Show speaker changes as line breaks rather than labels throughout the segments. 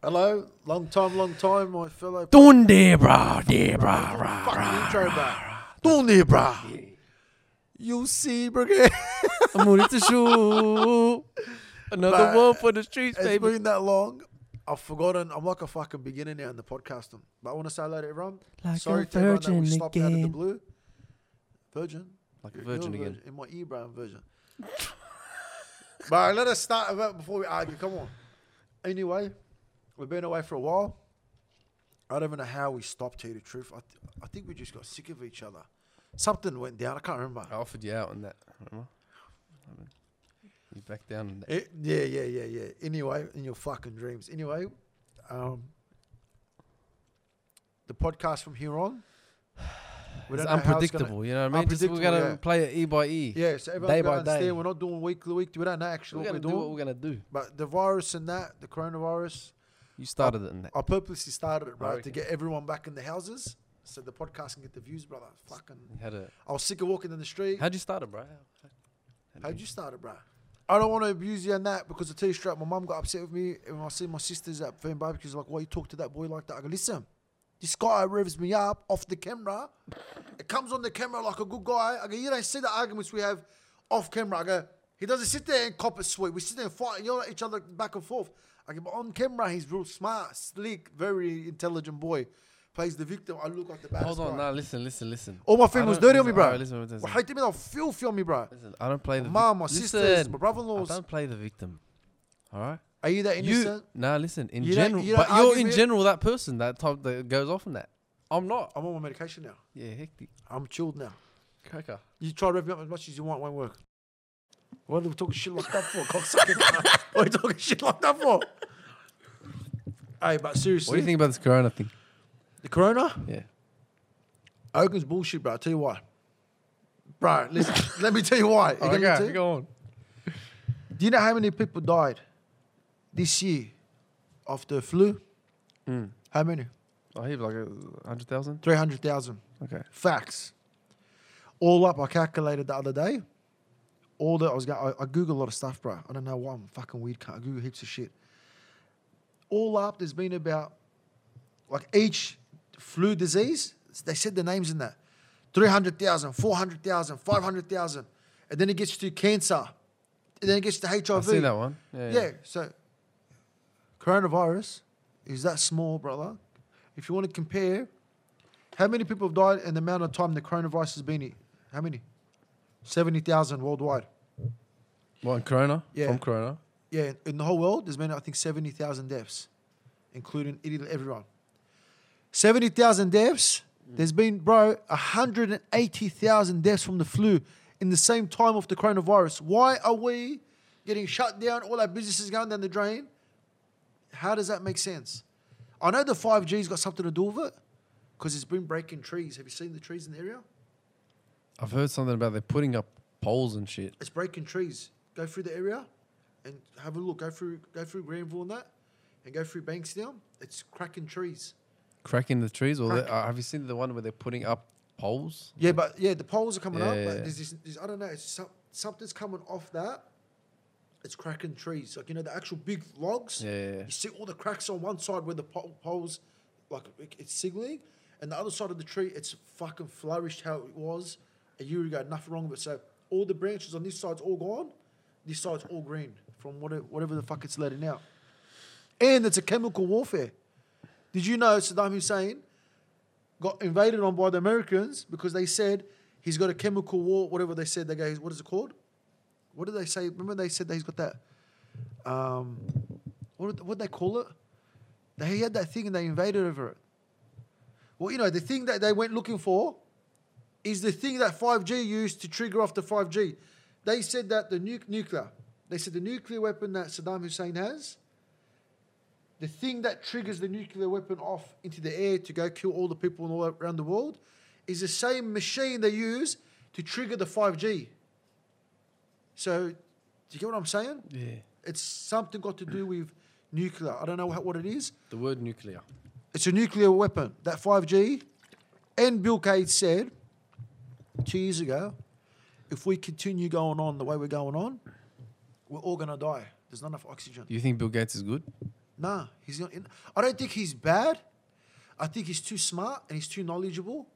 Hello, long time, long time, my fellow.
Don de bra, de bra, rah,
Fucking
rah.
intro back. Don't you, bruh? You see, brigade.
I'm on the show. Another
But
one for the streets,
It's
baby.
been that long. I've forgotten. I'm like a fucking beginner now in the podcasting. But I want to say hello to everyone.
Like
Sorry
a
to everyone that we
virgin
stopped out of the
again.
blue. Virgin? Like
a virgin
you're
again.
In my ear, bro, I'm virgin. but let us start about before we argue. Come on. Anyway, we've been away for a while. I don't even know how we stopped, to tell you the truth. I, th- I think we just got sick of each other. Something went down. I can't remember.
I offered you out on that. Remember? You back down on that.
Eh, yeah, yeah, yeah, yeah. Anyway, in your fucking dreams. Anyway, um, the podcast from here on. we don't
It's
know how gonna-
unpredictable, you know what I mean? Just, we're
Unpredictable,
gonna
yeah.
play it E by E.
Yeah, so everyone gotta
Day by day.
understand we're not doing week to week. We don't know actually
We're
what we're
gonna do
doing.
what we're gonna do.
but the virus and that, the coronavirus,
You started it in that.
I purposely started it, right, to
reckon.
get everyone back in the houses so the podcast can get the views, brother. Fucking,
You had a,
I was sick of walking in the street.
how'd you start it, bro?
How'd you start it, bruh? I don't want to abuse you on that because I tell you straight, my mum got upset with me and I see my sisters at Fern Barbecue's like, why you talk to that boy like that? I go, listen, this guy revs me up off the camera. It comes on the camera like a good guy. I go, you don't see the arguments we have off camera. I go, he doesn't sit there and cop it sweet. We sit there and fight and yell at each other back and forth. I go, but on camera, he's real smart, slick, very intelligent boy. Plays the victim. I look like the baddest
Hold on,
guy.
now listen, listen, listen.
All my
I
family's
don't-
dirty on me,
listen,
bro.
alright, listen, listen,
Well,
listen.
hate me, they'll filthy on me, bro.
Listen, I don't play the
My
vic-
mom, my sisters,
Listen,
my brother-in-laws.
I don't play the victim. All right.
Are you that innocent?
You nah, listen. In
You don't-
general,
you don't
but you're
argue
in
with-
general that person that type that goes off on that. I'm not.
I'm on my medication now.
Yeah, hectic.
I'm chilled now.
Cracker.
You try to rev me up as much as you want, won't work. What are we talking shit like that for? cocksucker? what are you talking shit like that for? hey, but seriously,
What do you think about this Corona thing?
the corona?
Yeah.
I reckon it's bullshit, bro. I'll tell you why. Bro, listen, let me tell you why. You get me too?
Oh, go on.
Do you know how many people died this year of the flu?
Hmm.
How many?
I hear Oh, like a hundred thousand.
300,000.
Okay.
Facts. All up, I calculated the other day. All that I was going, I, I Google a lot of stuff, bro. I don't know why I'm fucking weird. cunt. I Google heaps of shit. All up, there's been about like each flu disease. They said the names in that 300,000, 400,000, 500,000. And then it gets to cancer. And then it gets to HIV.
I've seen that one. Yeah.
Oh, Yeah, so coronavirus is that small, brother. If you want to compare, how many people have died in the amount of time the coronavirus has been here? How many? 70,000 worldwide.
What in Corona?
Yeah.
From Corona.
Yeah, in the whole world, there's been, I think, 70,000 deaths, including Italy, everyone. 70,000 deaths. There's been, bro, 180,000 deaths from the flu in the same time of the coronavirus. Why are we getting shut down? All our businesses going down the drain? How does that make sense? I know the 5G's got something to do with it because it's been breaking trees. Have you seen the trees in the area?
I've heard something about they're putting up poles and shit.
It's breaking trees. Go through the area and have a look. Go through go through Granville and that and go through Bankstown. It's cracking trees.
Cracking the trees, or they,
Crack-
uh, have you seen the one where they're putting up poles?
Yeah, but yeah, the poles are coming up.
Yeah,
But
yeah.
there's this, this, I don't know, it's some, something's coming off that. It's cracking trees. Like, you know, the actual big logs.
Yeah, yeah, yeah.
You see all the cracks on one side where the po- poles, like, it- it's signaling. And the other side of the tree, it's fucking flourished how it was a year ago. Nothing wrong with it. So all the branches on this side's all gone. This side's all green from whatever, whatever the fuck it's letting out. And it's a chemical warfare. Did you know Saddam Hussein got invaded on by the Americans because they said he's got a chemical war, whatever they said. They go, what is it called? What did they say? Remember they said that he's got that. Um, what did what they call it? They had that thing and they invaded over it. Well, you know, the thing that they went looking for is the thing that 5G used to trigger off the 5G. They said that the nu- nuclear, they said the nuclear weapon that Saddam Hussein has, the thing that triggers the nuclear weapon off into the air to go kill all the people all around the world is the same machine they use to trigger the 5G. So, do you get what I'm saying?
Yeah.
It's something got to do with nuclear. I don't know wha- what it is.
The word nuclear.
It's a nuclear weapon. That 5G. And Bill Gates said two years ago, if we continue going on the way we're going on, we're all gonna die. There's not enough oxygen.
Do you think Bill Gates is good?
Nah, he's not. In, I don't think he's bad. I think he's too smart and he's too knowledgeable.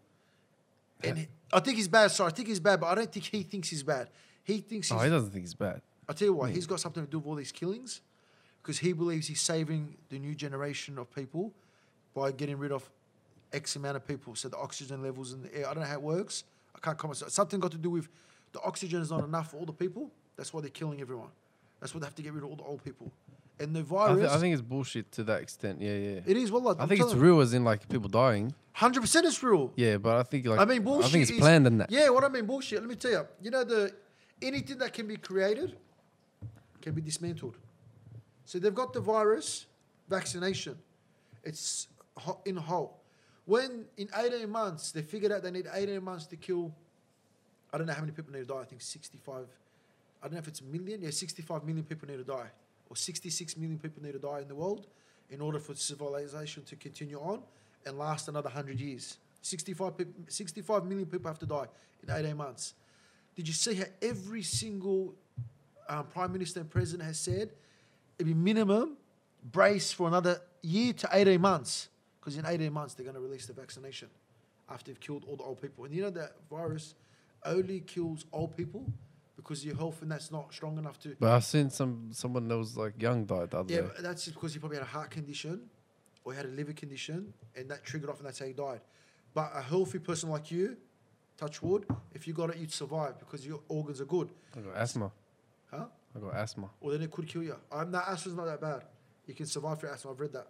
And he- I think he's bad. Sorry, I think he's bad, but I don't think he thinks he's bad. He thinks he's
Oh, he doesn't think he's bad.
I tell you what,
Hmm.
he's got something to do with all these killings because he believes he's saving the new generation of people by getting rid of X amount of people. So the oxygen levels in the air, I don't know how it works. I can't comment. So it's Something got to do with the oxygen is not enough for all the people. That's why they're killing everyone. That's why they have to get rid of all the old people. And the
I,
virus,
th- I think it's bullshit to that extent. Yeah, yeah.
it is, well,
I think it's real, as in like people dying.
100% it's real.
Yeah, but I think like
I mean, bullshit.
I think it's
is-
planned in that.
Yeah, what I mean, bullshit. Let me tell you. You know, the anything that can be created can be dismantled. So they've got the virus vaccination. It's ho- in whole. When in 18 months they figured out they need 18 months to kill. I don't know how many people need to die. I think 65. I don't know if it's a million. Yeah, 65 million people need to die, or 66 million people need to die in the world in order for civilization to continue on and last another 100 years. 65, peop 65 million people have to die in 18 months. Did you see how every single um, prime minister and president has said it'd be minimum brace for another year to 18 months? Because in 18 months, they're going to release the vaccination after they've killed all the old people. And you know that virus only kills old people because your health and that's not strong enough to
But I've seen some someone that was like young died the other
yeah,
day.
but that's because he probably had a heart condition or he had a liver condition and that triggered off and that's how he died. But a healthy person like you, touch wood, if you got it, you'd survive because your organs are good.
I got asthma.
Huh?
I got asthma.
Or then it could kill you. I'm not, asthma's not that bad. You can survive through asthma, I've read that.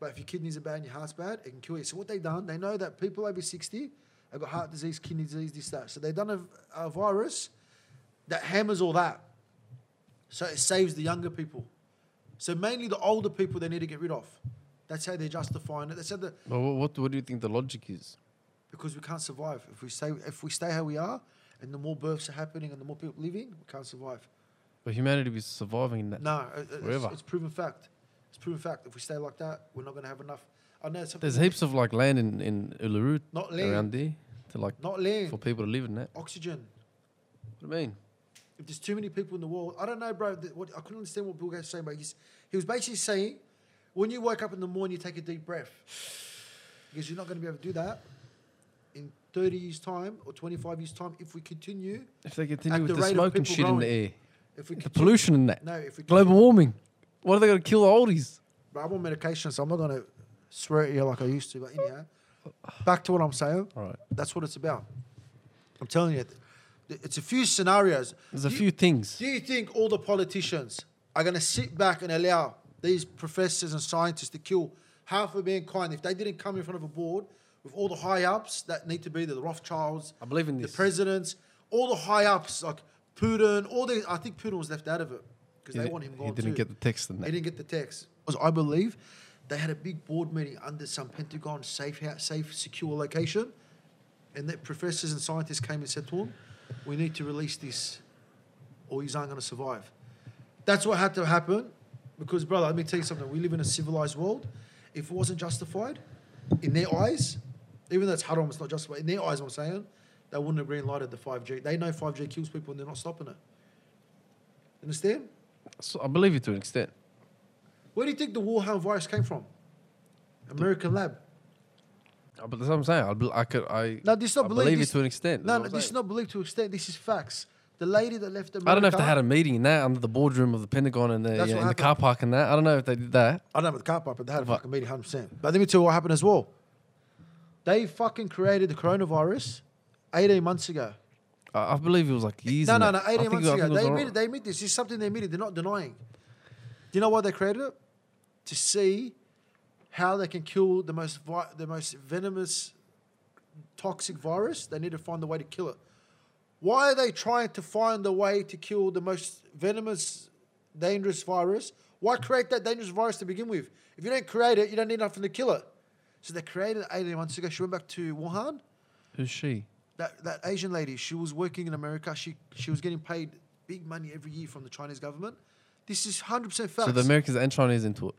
But if your kidneys are bad and your heart's bad, it can kill you. So what they done, they know that people over 60 have got heart disease, kidney disease, this, that. So they done a, a virus that hammers all that. So it saves the younger people. So mainly the older people they need to get rid of. That's how they're justifying it. They said that
But what, what what do you think the logic is?
because we can't survive if we stay if we stay how we are, and the more births are happening and the more people living, we can't survive.
But humanity be surviving in that.
No, uh, uh, it's,
Forever.
it's proven fact. It's proven fact. If we stay like that, we're not going to have enough. I know it's
There's heaps of like land in in Uluru
not land,
around there to like
not land,
for people to live in that.
oxygen.
What do you mean?
If there's too many people in the world, I don't know, bro. th- what, I couldn't understand what Bill Gates was saying, but he's, he was basically saying, when you wake up in the morning, you take a deep breath because you're not going to be able to do that in 30 years' time or 25 years' time if we continue.
If they continue
At
with
the
the,
rate of
smoke and
people
shit in the air,
If we
the
continue,
pollution in that,
no, if we
global warming. What are they gonna kill the oldies?
But I'm on medication, so I'm not going to swear at you like I used to. But anyhow, back to what I'm saying.
All right.
That's what it's about. I'm telling you, th- it's a few scenarios.
There's a
Do you-
few things.
do you think all the politicians are going to sit back and allow these professors and scientists to kill half of mankind if they didn't come in front of a board with all the high ups that need to be there, the Rothschilds,
I believe in
the
this.
presidents, all the high ups like Putin, all the I think Putin was left out of it because
He
they
di-
want him gone
He didn't
too.
get the text in
He
that.
didn't get the text. Because I believe they had a big board meeting under some Pentagon safe, hou- safe, secure location, and that professors and scientists came and said to him, "We need to release this, or he's not going to survive." That's what had to happen, because brother, let me tell you something. We live in a civilized world. If it wasn't justified, in their eyes, even though it's haram, it's not justified. In their eyes, I'm saying, they wouldn't have green lighted the 5G. They know 5G kills people, and they're not stopping it. Understand?
So I believe you to an extent.
Where do you think the Wuhan virus came from? American lab.
Uh, But that's what I'm saying. I, bel I could. I,
No, this is not
I
belief.
believe
this,
it to an extent.
no,
that's
no,
what I'm
this is
saying.
not belief to extent. This is facts. The lady that left America.
I don't know if they had a meeting in that under the boardroom of the Pentagon and the,
That's
yeah,
what
in the
happened.
car park and that. I don't know if they did that.
I don't know about the car park, but they had a
What?
fucking meeting, hundred percent. But let me tell you what happened as well. They fucking created the coronavirus eighteen months ago.
I, I believe it was like years.
No,
in
no,
that.
no,
I
eighteen
think-
months
I think
ago.
it was
They
around-
admitted, they admit this. This is something they admitted. They're not denying. Do you know why they created it? To see how they can kill the most vi- the most venomous toxic virus. They need to find a way to kill it. Why are they trying to find a way to kill the most venomous, dangerous virus? Why create that dangerous virus to begin with? If you don't create it, you don't need nothing to kill it. So they created it 18 months ago. She went back to Wuhan
Who's she?
that, that Asian lady, she was working in America. She she was getting paid big money every year from the Chinese government. This is hundred percent facts.
So the Americans and Chinese into it.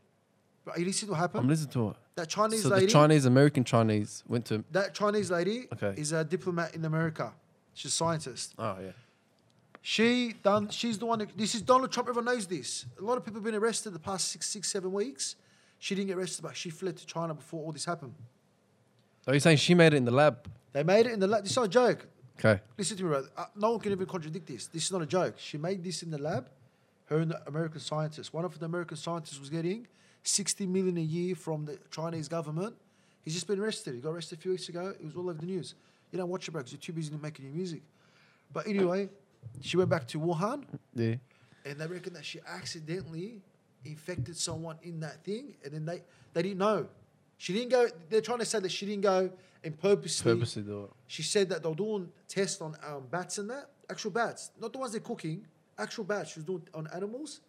But you listen to what
I'm
happened.
listening to it.
That Chinese
so
lady,
the Chinese American Chinese went to.
that Chinese lady
Okay.
is a diplomat in America. She's a scientist.
Oh yeah.
She done. She's the one. Who, this is Donald Trump. Everyone knows this. A lot of people have been arrested the past six, six, seven weeks She didn't get arrested, but she fled to China before all this happened.
Are you saying she made it in the lab?
They made it in the lab. This is not a joke.
Okay.
Listen to me, bro. Uh, no one can even contradict this. This is not a joke. She made this in the lab. Her and the American scientist. One of the American scientists was getting 60 million a year from the Chinese government. He's just been arrested. He got arrested a few weeks ago. It was all over the news. You don't watch it, bro, because you're too busy making your music. But anyway, she went back to Wuhan,
Yeah.
and they reckon that she accidentally infected someone in that thing, and then they, they didn't know. She didn't go. They're trying to say that she didn't go and purposely
Purposely do it.
she said that they were doing tests on um, bats and that actual bats, not the ones they're cooking, actual bats. She was doing on animals,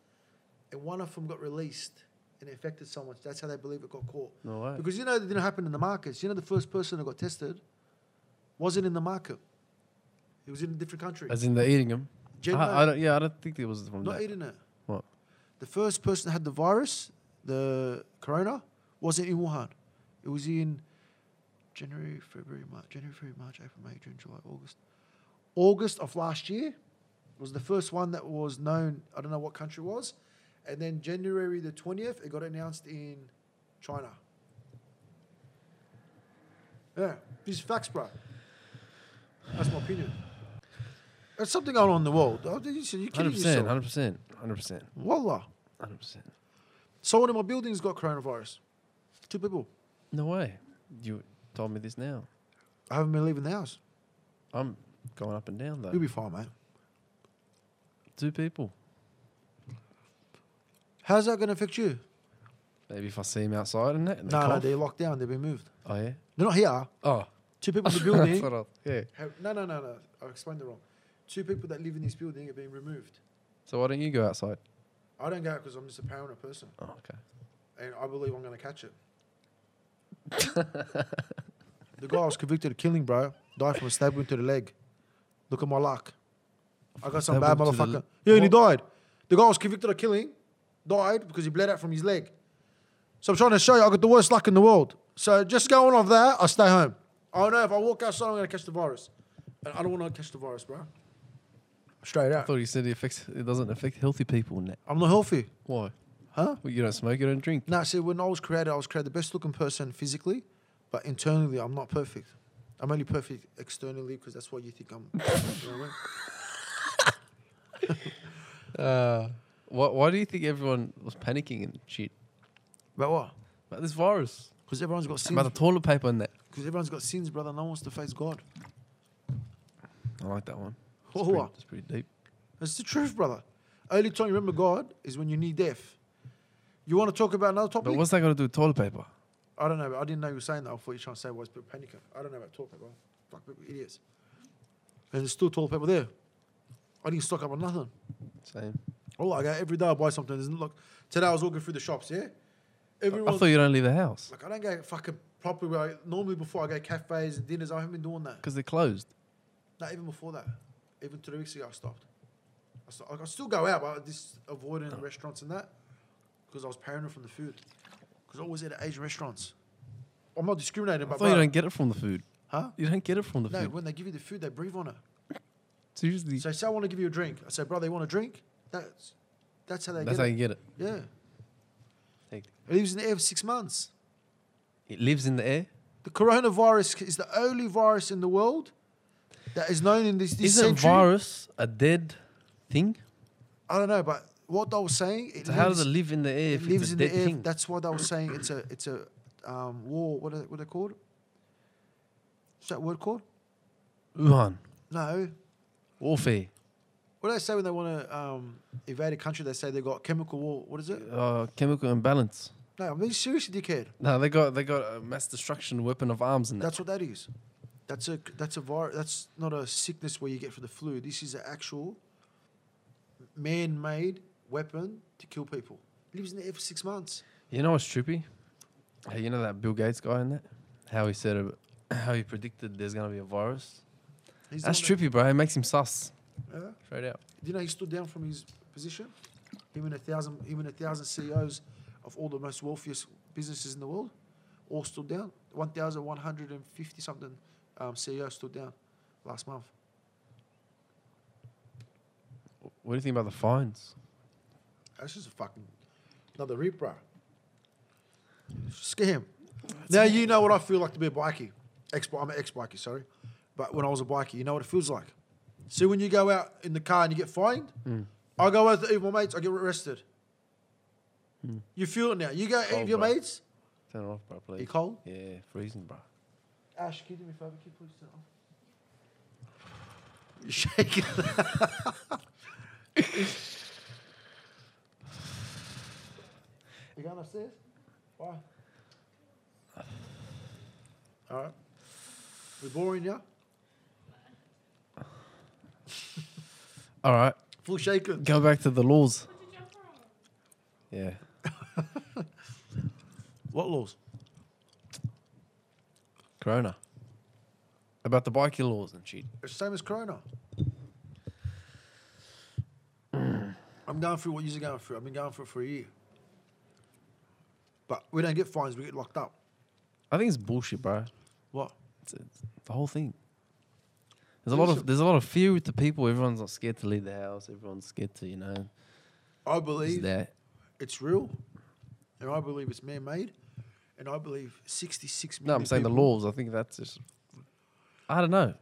and one of them got released and infected someone. That's how they believe it got caught.
No way.
Because you know that didn't happen in the markets. You know the first person that got tested wasn't in the market. He was in a different country.
As in they're eating them.
Gen-
I, I don't, yeah, I don't think it was from
not
that.
eating it.
What?
The first person that had the virus, the corona, wasn't in Wuhan. It was in January, February, March, January, February, March, April, May, June, July, August. August of last year was the first one that was known. I don't know what country it was. And then January the 20th, it got announced in China. Yeah, these facts, bro. That's my opinion. There's something going on in the world. Oh, You you kidding
100%.
yourself.
100%. 100%.
Wallah.
100%.
Someone in my building's got coronavirus. Two people.
No way. You told me this now.
I haven't been leaving the house.
I'm going up and down
You'll
though.
be fine, mate.
Two people.
How's that going to affect you?
Maybe if I see him outside and that. and they
No, no,
cough.
they're locked down. They've been moved.
Oh yeah.
They're not here.
Oh.
Two people in the
That's
building.
what I- yeah.
have, no, no, no, no. I explained it wrong. Two people that live in this building have been removed.
So why don't you go outside?
I don't go out because I'm just a paranoid person.
Oh okay.
And I believe I'm going to catch it. the guy I was convicted of killing, bro, died from a stab wound to the leg. Look at my luck. I got some
Stab
bad
wound to the
motherfucker.
l-
yeah, and he died. The guy I was convicted of killing died because he bled out from his leg. So I'm trying to show you I got the worst luck in the world. So just going off that, I stay home. I know if I walk outside, I'm going to catch the virus. And I don't want to catch the virus, bro. Straight
I
out.
thought you said it affects. It doesn't affect healthy people. Net.
I'm not healthy.
Why?
Huh?
Well, you don't smoke. You don't drink.
No, see, when I was created, I was created the best looking person physically, but internally, I'm not perfect. I'm only perfect externally because that's what you think I'm. you know what I mean?
Uh, why, why do you think everyone was panicking and shit
But what?
about this virus?
Because everyone's got sins.
About the toilet paper and that.
Because everyone's got sins, brother. No one wants to face God.
I like that one. It's
Whoa,
pretty,
whoa.
it's pretty deep.
That's the truth, brother. Only time you remember God is when you need death. You want to talk about another topic?
But what's that got to do with toilet paper?
I don't know. but I didn't know you were saying that. I thought you were trying to say was but panicking. I don't know about toilet paper. Fuck people, idiots. And there's still toilet paper there. I didn't stock up on nothing.
Same.
Oh, like every day I buy something. Doesn't look. Today I was walking through the shops. Yeah, everyone.
I thought you don't leave the house
like I don't go fucking properly. Where I, normally before I go cafes and dinners, I haven't been doing that.
because they're closed.
Not even before that. Even three weeks ago, I stopped. I, sto- like, I still go out, but I just avoiding restaurants and that because I was paranoid from the food. Because I always eat at Asian restaurants. I'm not discriminating,
I
but
thought you
bro,
don't get it from the food.
huh?
You don't get it from the
No,
food.
when they give you the food, they breathe on it.
Seriously.
So say I want to give you a drink. I say, bro, they want a drink. That's that's how they
That's how
get
you
it.
get it.
yeah, it lives in the air for six months.
It lives in the air.
The coronavirus is the only virus in the world that is known in this, this
Isn't
century.
virus a dead thing?
I don't know, but what they were saying, it
So how does
lives,
it live in the air
it
if
lives
it's a
in
dead
the air.
thing?
That's why they were saying it's a it's a um, war. What are, what are they called? Is that word called?
Wuhan.
No.
Warfare.
What do they say when they want to um, invade a country? They say they got chemical war. What is it?
Uh, chemical imbalance.
No, I mean seriously, dickhead.
No, they got they got a mass destruction weapon of arms and that.
That's what that is. That's a that's a virus. That's not a sickness where you get for the flu. This is an actual man-made weapon to kill people. lives in the air for six months.
You know what's trippy? Hey, you know that Bill Gates guy and that? How he said ab- how he predicted there's gonna be a virus.
He's the
That's
one
trippy, bro. It makes him sus.
that- Yeah.
Straight out.
Do you know he stood down from his position? Him and a thousand, him and a thousand CEOs of all the most wealthiest businesses in the world, all stood down. One thousand one hundred and fifty something um, CEOs stood down last month.
What do you think about the fines?
That's just a fucking another rip, bro. Scam. Now you know what I feel like to be a bikie. Ex, I'm an ex-bikie, sorry. But when I was a bikie, you know what it feels like. See, when you go out in the car and you get fined, I go out with my mates, I get arrested. You feel it now. You go out
Oh,
with your
bro.
mates,
Turn it off, bro, please.
you cold.
Yeah, freezing, bro.
Ash, can you do me a favor? Can you please turn it off? You're shaking. you going upstairs? Why? All right. We're boring you.
All right,
Full shaken.
go back to the laws. Yeah.
What laws?
Corona. About the bikie laws and shit.
It's the same as Corona. I'm going through what you're going through. I've been going through it for a year. But we don't get fines, we get locked up.
I think it's bullshit, bro.
What?
It's, it's the whole thing. There's a lot of there's a lot of fear with the people. Everyone's not scared to leave the house. Everyone's scared to you know.
I
Is
believe
that
it's real, and I believe it's man-made, and I believe 66 million.
no? I'm saying the
people-
laws. I think that's just. I don't know.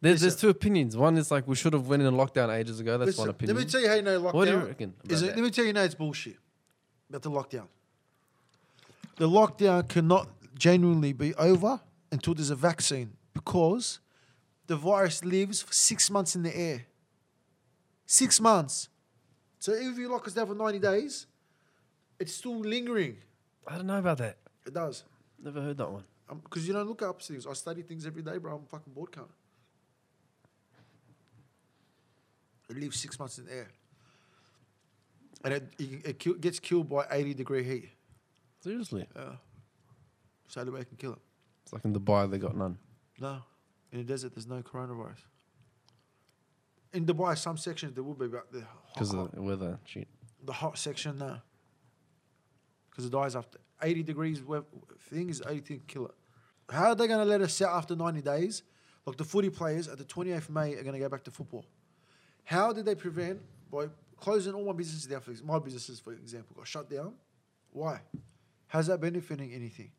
There's there's
Listen.
two opinions. One is like we should have went in lockdown ages ago. That's
Listen,
one opinion.
Let me tell you how you know lockdown.
What do you reckon
Is
about
it,
that?
let me tell you now it's bullshit about the lockdown. The lockdown cannot genuinely be over until there's a vaccine because the virus lives for six months in the air. Six months. So even if you lock us down for 90 days, it's still lingering.
I don't know about that.
It does.
Never heard that one.
Because you don't look up things. I study things every day, bro. I'm fucking bored, cunt. It lives six months in the air. And it, it, it kill, gets killed by 80 degree heat.
Seriously,
Yeah. So the way can kill it.
it's like in Dubai they got none.
No. In the desert, there's no coronavirus. In Dubai, some sections there will be, but the
because
hot,
of the weather. Shit.
the hot section, no. Because it dies after 80 degrees. we- Thing is, 80 kill it. How are they going to let us out after 90 days? Like the footy players at the 28th May are going to go back to football. How did they prevent by closing all my businesses down? For ex- my businesses, for example, got shut down. Why? How's that benefiting anything?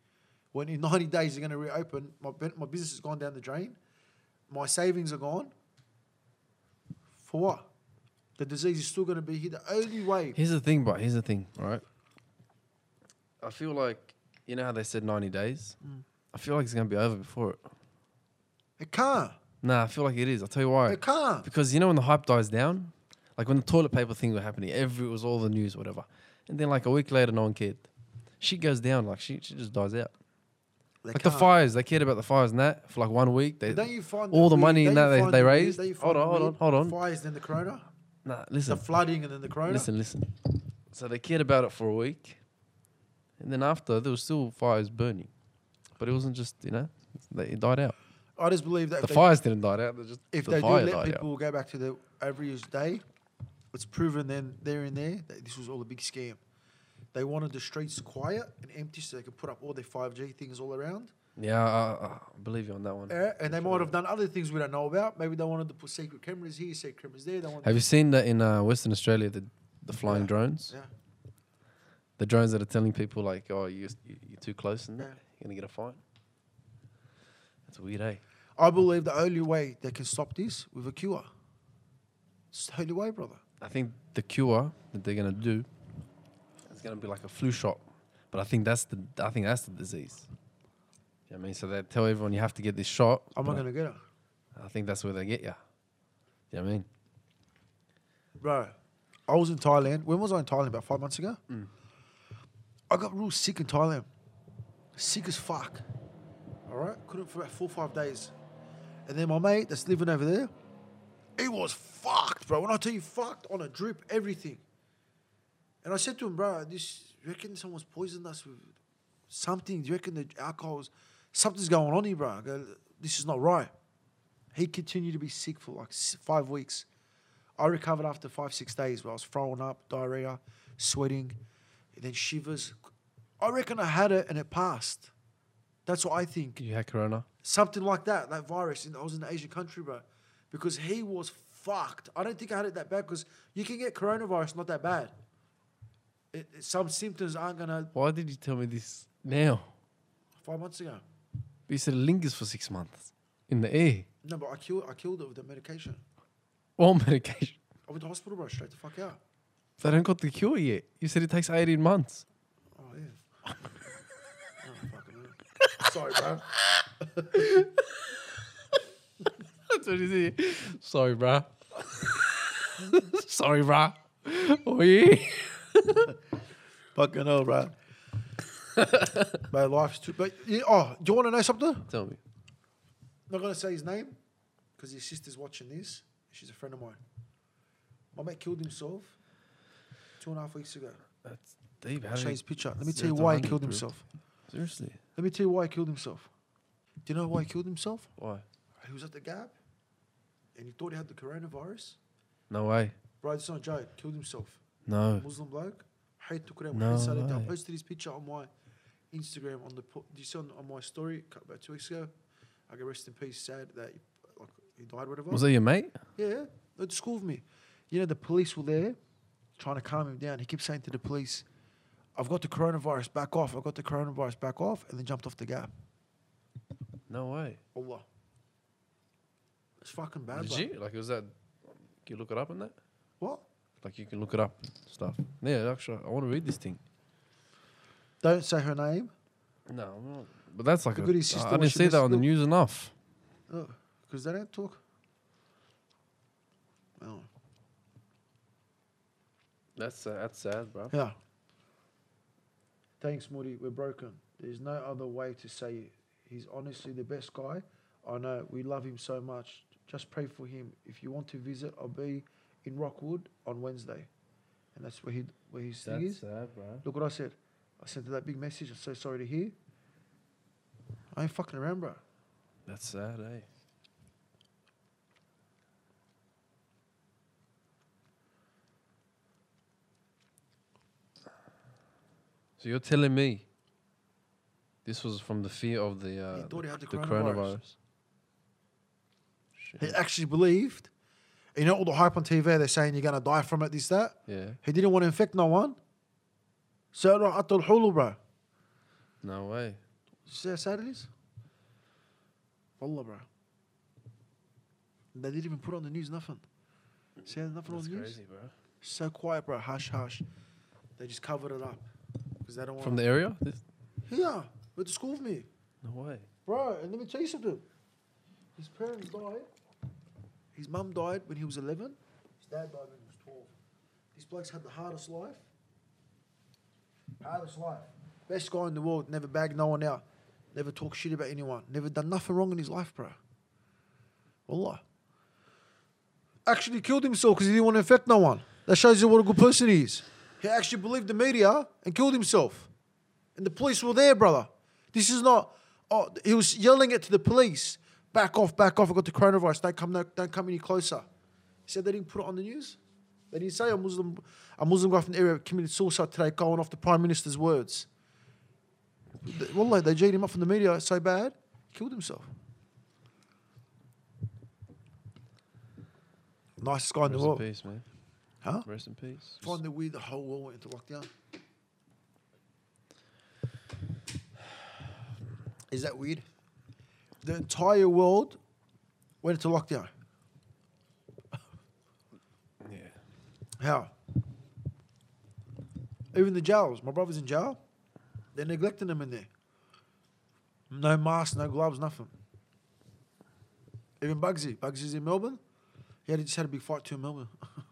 When in 90 days they're going to reopen, my, ben- my business has gone down the drain. My savings are gone. For what? The disease is still going to be here. The only way.
Here's the thing, bro. Here's the thing, right? I feel like you know how they said 90 days.
Mm.
I feel like it's gonna be over before it.
It can't.
Nah, I feel like it is. I'll tell you why.
It can't.
Because you know when the hype dies down, like when the toilet paper thing was happening, every it was all the news, whatever. And then like a week later, no one cared. Shit goes down, like she she just dies out.
They
like
can't.
the fires, they cared about the fires and that for like one week. They
But Don't you find
all the
weird-
money
don't
and
you
that they,
find
they
weird-
raised.
don't you
Hold
find
on, hold on,
weird
hold on.
Fires then the corona,
Nah,
the
listen,
flooding and then the corona.
listen, listen. So they cared about it for a week, and then after there was still fires burning, but it wasn't just you know they, it died out.
I just believe that
The
if they,
fires didn't die out. they Just
if
the
they do
fire
let
died out.
people go back to the average day, it's proven then there and there that this was all a big scam. They wanted the streets quiet and empty so they could put up all their five G things all around.
Yeah, I, I I believe you on that one.
Yeah, and they might have done other things we don't know about. Maybe they wanted to put secret cameras here, secret cameras there. They wanted
Have you seen that in uh, Western Australia, the, the flying
Yeah.
drones?
yeah.
The drones that are telling people, like, oh, you, you- you're too close and that.
Yeah.
You're going to get a fine. That's weird, eh?
I believe the only way they can stop this with a cure. It's the only way, brother.
I think the cure that they're going to do is going to be like a flu shot. But I think that's the I think that's the disease. You know what I mean? So they tell everyone you have to get this shot.
I'm
but
not gonna get it.
I think that's where they get you. You know what I mean?
Bro, I was in Thailand. When was I in Thailand? About five months ago. I got real sick in Thailand. Sick as fuck. All right, couldn't for about four five days. And then my mate that's living over there, he was fucked, bro. When I tell you fucked on a drip, everything. And I said to him, bro, this you reckon someone's poisoned us with something? Do you reckon the alcohol's something's going on here, bro? I go, this is not right. He continued to be sick for like s- five weeks. I recovered after five, six days where I was throwing up, diarrhea, sweating, and then shivers. I reckon I had it and it passed. That's what I think.
You had corona.
Something like that, that virus. And I was in the Asian country, bro, because he was fucked. I don't think I had it that bad because you can get coronavirus, not that bad. It, it- some symptoms aren't going to.
Why did you tell me this? now.
five months ago.
But you said it lingers for six months in the air.
No, but I killed I killed it with the medication.
All medication.
I went to hospital, bro, straight the fuck out.
They don't got the cure yet. You said it takes 18 months.
Oh yeah. I don't fucking know. Sorry, bro.
That's what it is. Sorry, bruh. Sorry, bruh. Oh, yeah.
Fucking hell, bro. but life's too. But yeah, oh, do you want to know something? I'm
Tell me.
not gonna say his name because his sister's watching this. She's a friend of mine. My mate killed himself two and a half weeks ago.
That's deep. How
I'll
do
show
you-
his picture. Let me
Zero
tell you
to
why he
100,
killed
bro.
himself.
Seriously?
Let me tell you why he killed himself. Do you know why he killed himself?
Why?
He was at the Gap, and he thought he had the coronavirus.
No way.
Bro, it's not a joke. Killed himself.
No.
Muslim bloke. Hate to Quran.
No
I
way.
posted his picture on my Instagram on the po- you see on, on my story a cou- about two weeks ago. I go rest in peace. Sad that he, like he died. Whatever.
Was that your mate?
Yeah, they just called me. You know, the police were there trying to calm him down. He kept saying to the police, I've got the coronavirus, back off. I've got the coronavirus, back off. And then jumped off the gap.
No way.
Allah. It's fucking bad.
Did
bro.
you? Like, was that. Can you look it up in that?
What?
Like, you can look it up stuff. Yeah, actually, I want to read this thing.
Don't say her name
No, I'm not. But that's like.
Look
a-
at his
I-
sister
I
when
didn't
she
see that
messed
on the
up.
news enough.
because Oh, they don't talk. Oh.
That's, uh, that's sad, bro.
Yeah. Thanks, Moody. We're broken. There's no other way to say it. He's honestly the best guy. I know. We love him so much. Just pray for him. If you want to visit, I'll be in Rockwood on Wednesday. And that's where he where his thing is.
sad, bro.
Look what I said. I sent her that big message. I'm so sorry to hear. I ain't fucking around, bro.
That's sad, eh? So you're telling me this was from the fear of the uh,
He thought
the,
he had the
the
coronavirus.
Shit.
He actually believed. You know all the hype on TV. They're saying you're gonna die from it. This that.
Yeah,
He didn't want to infect no one. So atul hulu, bro.
no way.
See how sad it is? Wallah, bro. They didn't even put on the news, nothing. See, how nothing
That's
on the news.
crazy, bro.
So quiet, bro. Hush, hush. They just covered it up because they don't want.
From the area? This,
yeah, but the school with me,
no way.
bro. And let me tell you something. His parents died. His mum died when he was 11. His dad died when he was 12. These blokes had the hardest life. Hardest life. Best guy in the world. Never bagged no one out. Never talked shit about anyone. Never done nothing wrong in his life, bro. Wallah. Actually killed himself because he didn't want to infect no one. That shows you what a good person he is. He actually believed the media and killed himself. And the police were there, brother. This is not. Oh, he was yelling it to the police. Back off, back off! I got the coronavirus. Don't come, no, don't come any closer. He said they didn't put it on the news. They didn't say a Muslim, a Muslim guy from the area committed suicide today, going off the prime minister's words. They- Wallah, they G'd him up from the media so bad, he killed himself. Nicest guy in the
Rest in
world,
peace, man.
huh?
Rest in peace.
Find the way the whole world went into lockdown. Is that weird? The entire world went into lockdown.
Yeah.
How? Even the jails. My brother's in jail. They're neglecting them in there. No masks, no gloves, nothing. Even Bugsy. Bugsy's in Melbourne. He had, just had a big fight too in Melbourne.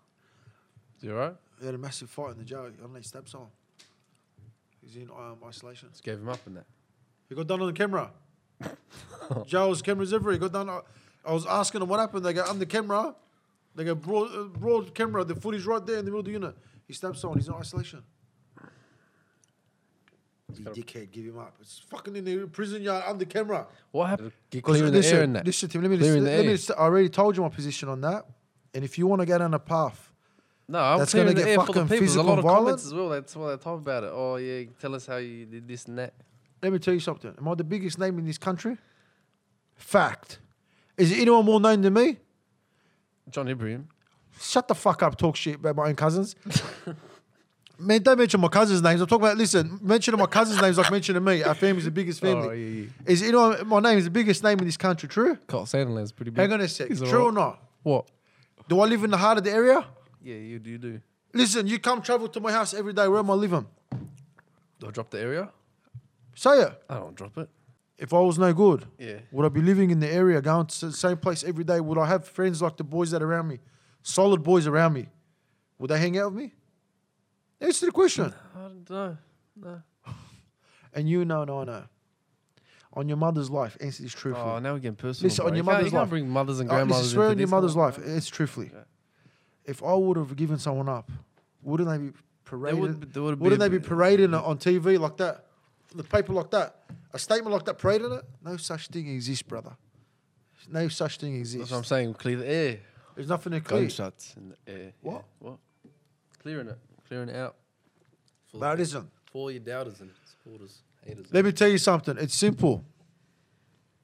You alright?
He had a massive fight in the jail. I don't know, he stabbed someone. He's in um, isolation.
Just gave him up in that.
He got done on the camera. Jail's cameras everywhere. He got done. I I was asking him what happened. They go, I'm the camera. They go, broad, uh, broad camera. The footage right there in the middle of the unit. He stabbed someone. He's in isolation. You
gotta-
dickhead, give him up. It's fucking in the prison yard under camera.
What happened? Get
Because
clear in the
listen,
air in that.
Listen to me. Let me,
Clear
just,
in the
let me
air.
just, I already told you my position on that. And if you want to get on a path,
No, I'm
That's
that's going to
gonna
get
get
for the
fucking
people. There's a
physical
lot of
violence.
comments as well. That's what they talk about it. Oh yeah, tell us how you did this and that.
let me tell you something. Am I the biggest name in this country? Fact. Is anyone more known than me?
John Ibrahim.
Shut the fuck up, talk shit about my own cousins. Man, don't mention my cousins' names. I'm talking about, listen, mentioning my cousins' names like mentioning me. Our family's the biggest family.
Oh, yeah, yeah.
Is You know, my name is the biggest name in this country, true?
Carl Sandiland's pretty big.
Hang on a sec.
He's
True or
alright.
not?
What?
Do I live in the heart of the area?
Yeah, you do. You do.
Listen, you come travel to my house every day. Where am I living?
Do I drop the area?
Say it.
I don't drop it.
If I was no good,
Yeah.
would I be living in the area, going to the same place every day? Would I have friends like the boys that are around me, solid boys around me? Would they hang out with me? Answer the question.
I don't know. No.
And you know, and I know. On your mother's life, answer this Uh, truthfully.
Oh, now we're getting personal.
Listen,
bro.
on your
You can't-
mother's
you
life.
can't bring mothers and
Uh,
grandmothers.
This is swear
into
on your
this,
mother's
bro.
life. It's truthfully. If I would have given someone up, wouldn't they be paraded?
would be- there would be
wouldn't
a
they be
bit-
parading it on TV like that? The paper like that? A statement like that parading it? No such thing exists, brother. No such thing
That's
exists.
what I'm saying. Clear the air.
There's nothing to clear.
Gunshots in the air.
What?
Yeah. What? Clearing it. Clearing it out. For,
But it isn't.
for your doubters and supporters, haters.
Let me tell you something. It's simple.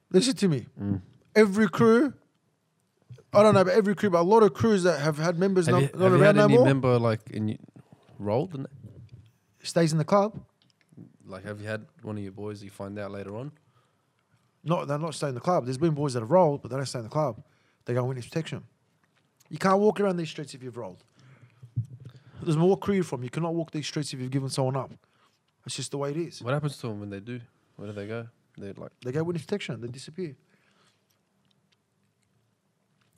Listen to me.
Mm.
Every crew, I don't know about every crew, but a lot of crews that have had members
have
not,
you,
not
have you
around
had
no
any
more
member like in your, rolled? In it?
stays in the club.
Like, have you had one of your boys that you find out later on?
Not they're not staying in the club. There's been boys that have rolled, but they don't stay in the club. They go witness protection. You can't walk around these streets if you've rolled. There's more crew you're from. You cannot walk these streets if you've given someone up. It's just the way it is.
What happens to them when they do? Where do they go? They're like,
They go witness protection. They disappear.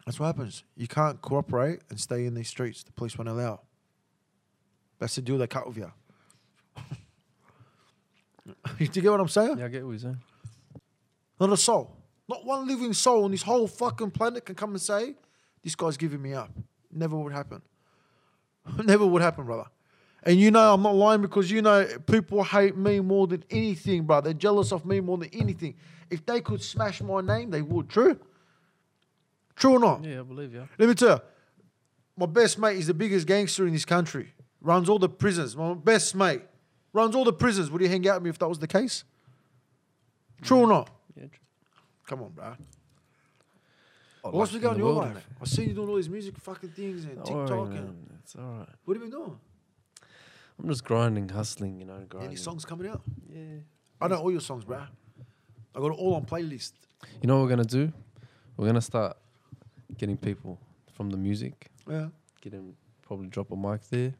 That's what happens. You can't cooperate and stay in these streets. The police won't allow. That's the deal they cut with you. you get what I'm saying?
yeah, I get what you're saying.
Not a soul. Not one living soul on this whole fucking planet can come and say, this guy's giving me up. Never would happen. Never would happen, brother. And you know I'm not lying because you know people hate me more than anything, bro. They're jealous of me more than anything. If they could smash my name, they would. True? True or not?
Yeah, I believe you.
Let me tell you, my best mate is the biggest gangster in this country. Runs all the prisons. My best mate runs all the prisons. Would you hang out with me if that was the case? True or not?
Yeah.
Come on, bro. What's we going on your life? I see you doing all these music fucking things and TikTok and
It's all right.
what have you been doing?
I'm just grinding, hustling, you know, grinding.
Any songs coming out?
Yeah.
I know all your songs, bro. I got it all on playlist.
You know what we're gonna do? We're gonna start getting people from the music.
Yeah.
Get them probably drop a mic there.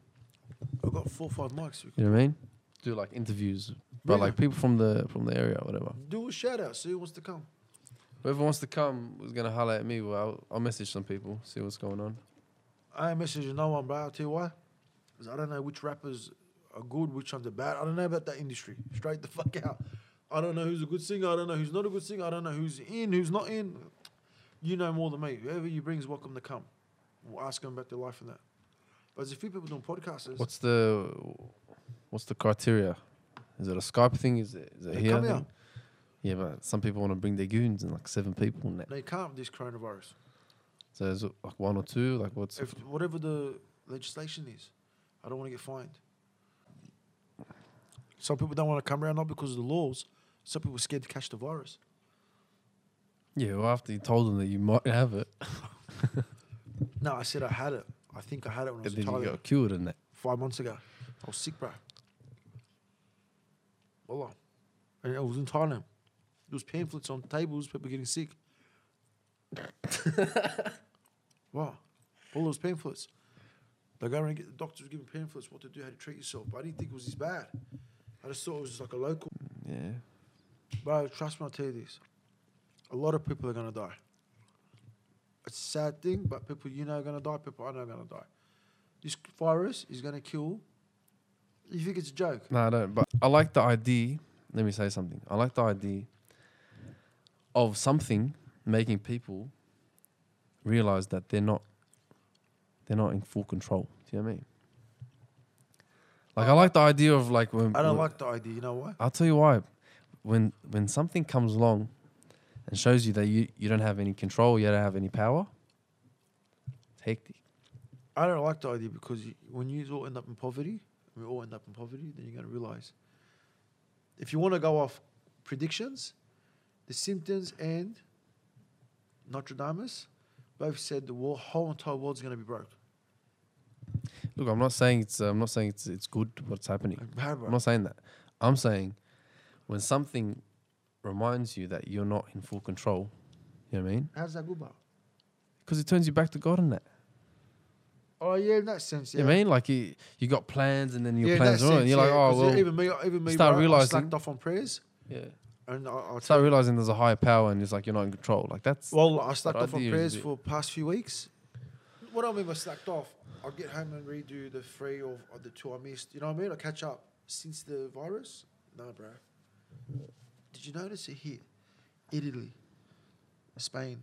I got four or five mics. We
You know what I mean? Do like interviews, but
Yeah.
like people from the from the area, or whatever.
can Do a shout out, see who wants to come.
Whoever wants to come is gonna holler at me. Well, I'll, I'll message some people, see what's going on.
I ain't messaging no one, bro. I'll tell you why. Because I don't know which rappers are good, which ones are bad. I don't know about that industry. Straight the fuck out. I don't know who's a good singer. I don't know who's not a good singer. I don't know who's in, who's not in. You know more than me. Whoever you bring is welcome to come. We'll ask them about their life and that. But there's a few people doing podcasts.
What's the what's the criteria? Is it a Skype thing? Is it is it
They
here?
come
thing?
out.
Yeah, but some people want to bring their goons and like seven people and that.
They can't with this coronavirus.
So is it like one or two? Like what's
If whatever the legislation is, I don't want to get fined. Some people don't want to come around not because of the laws. Some people are scared to catch the virus.
yeah? Well, after you told them that you might have it,
No, I said I had it. I think I had it when I
and
was
then
in
you
Thailand
got cured and that.
five months ago. I was sick, bro. Wallah. And I was in Thailand. There was pamphlets on tables, people getting sick. wow. All those pamphlets. They go around and get the doctors were giving pamphlets what to do, how to treat yourself. But I didn't think it was this bad. I just thought it was just like a local.
Yeah.
Bro, trust me, I'll tell you this. A lot of people are going to die. It's a sad thing, but people you know are going to die, people I know are going to die. This virus is going to kill. You think it's a joke?
No, I don't. But I like the idea. Let me say something. I like the idea of something making people realize that they're not they're not in full control. Do you know what I mean? Like I like the idea of like when
I don't
when-
like the idea. You know why?
I'll tell you why. When when something comes along and shows you that you, you don't have any control, you don't have any power, it's hectic.
I don't like the idea because you, when you all end up in poverty, we all end up in poverty, then you're going to realize. If you want to go off predictions, the symptoms and Nostradamus both said the wo- whole entire world's going to be broke.
Look, I'm not saying it's I'm not saying it's it's good what's happening.
Bad, bro.
I'm not saying that. I'm saying when something reminds you that you're not in full control, you know what I mean?
How's that good, bro?
Because it turns you back to God in that.
Oh yeah, in that sense, yeah.
You know what I mean? Like you, you got plans and then your
yeah, in
plans
that
are wrong.
sense,
and You're like,
yeah, 'cause
oh well,
even me, even me,
start
bro,
realising-
I slacked off on prayers,
yeah.
and I, I
Start realizing there's a higher power and it's like you're not in control. Like that's
Well, I slacked
But
off on
idea is
prayers
a bit-
for past few weeks. What I mean by slacked off, I'll get home and redo the three of, of the two I missed. You know what I mean? I'll catch up. Since the virus? No, bro. Did you notice it here? Italy, Spain,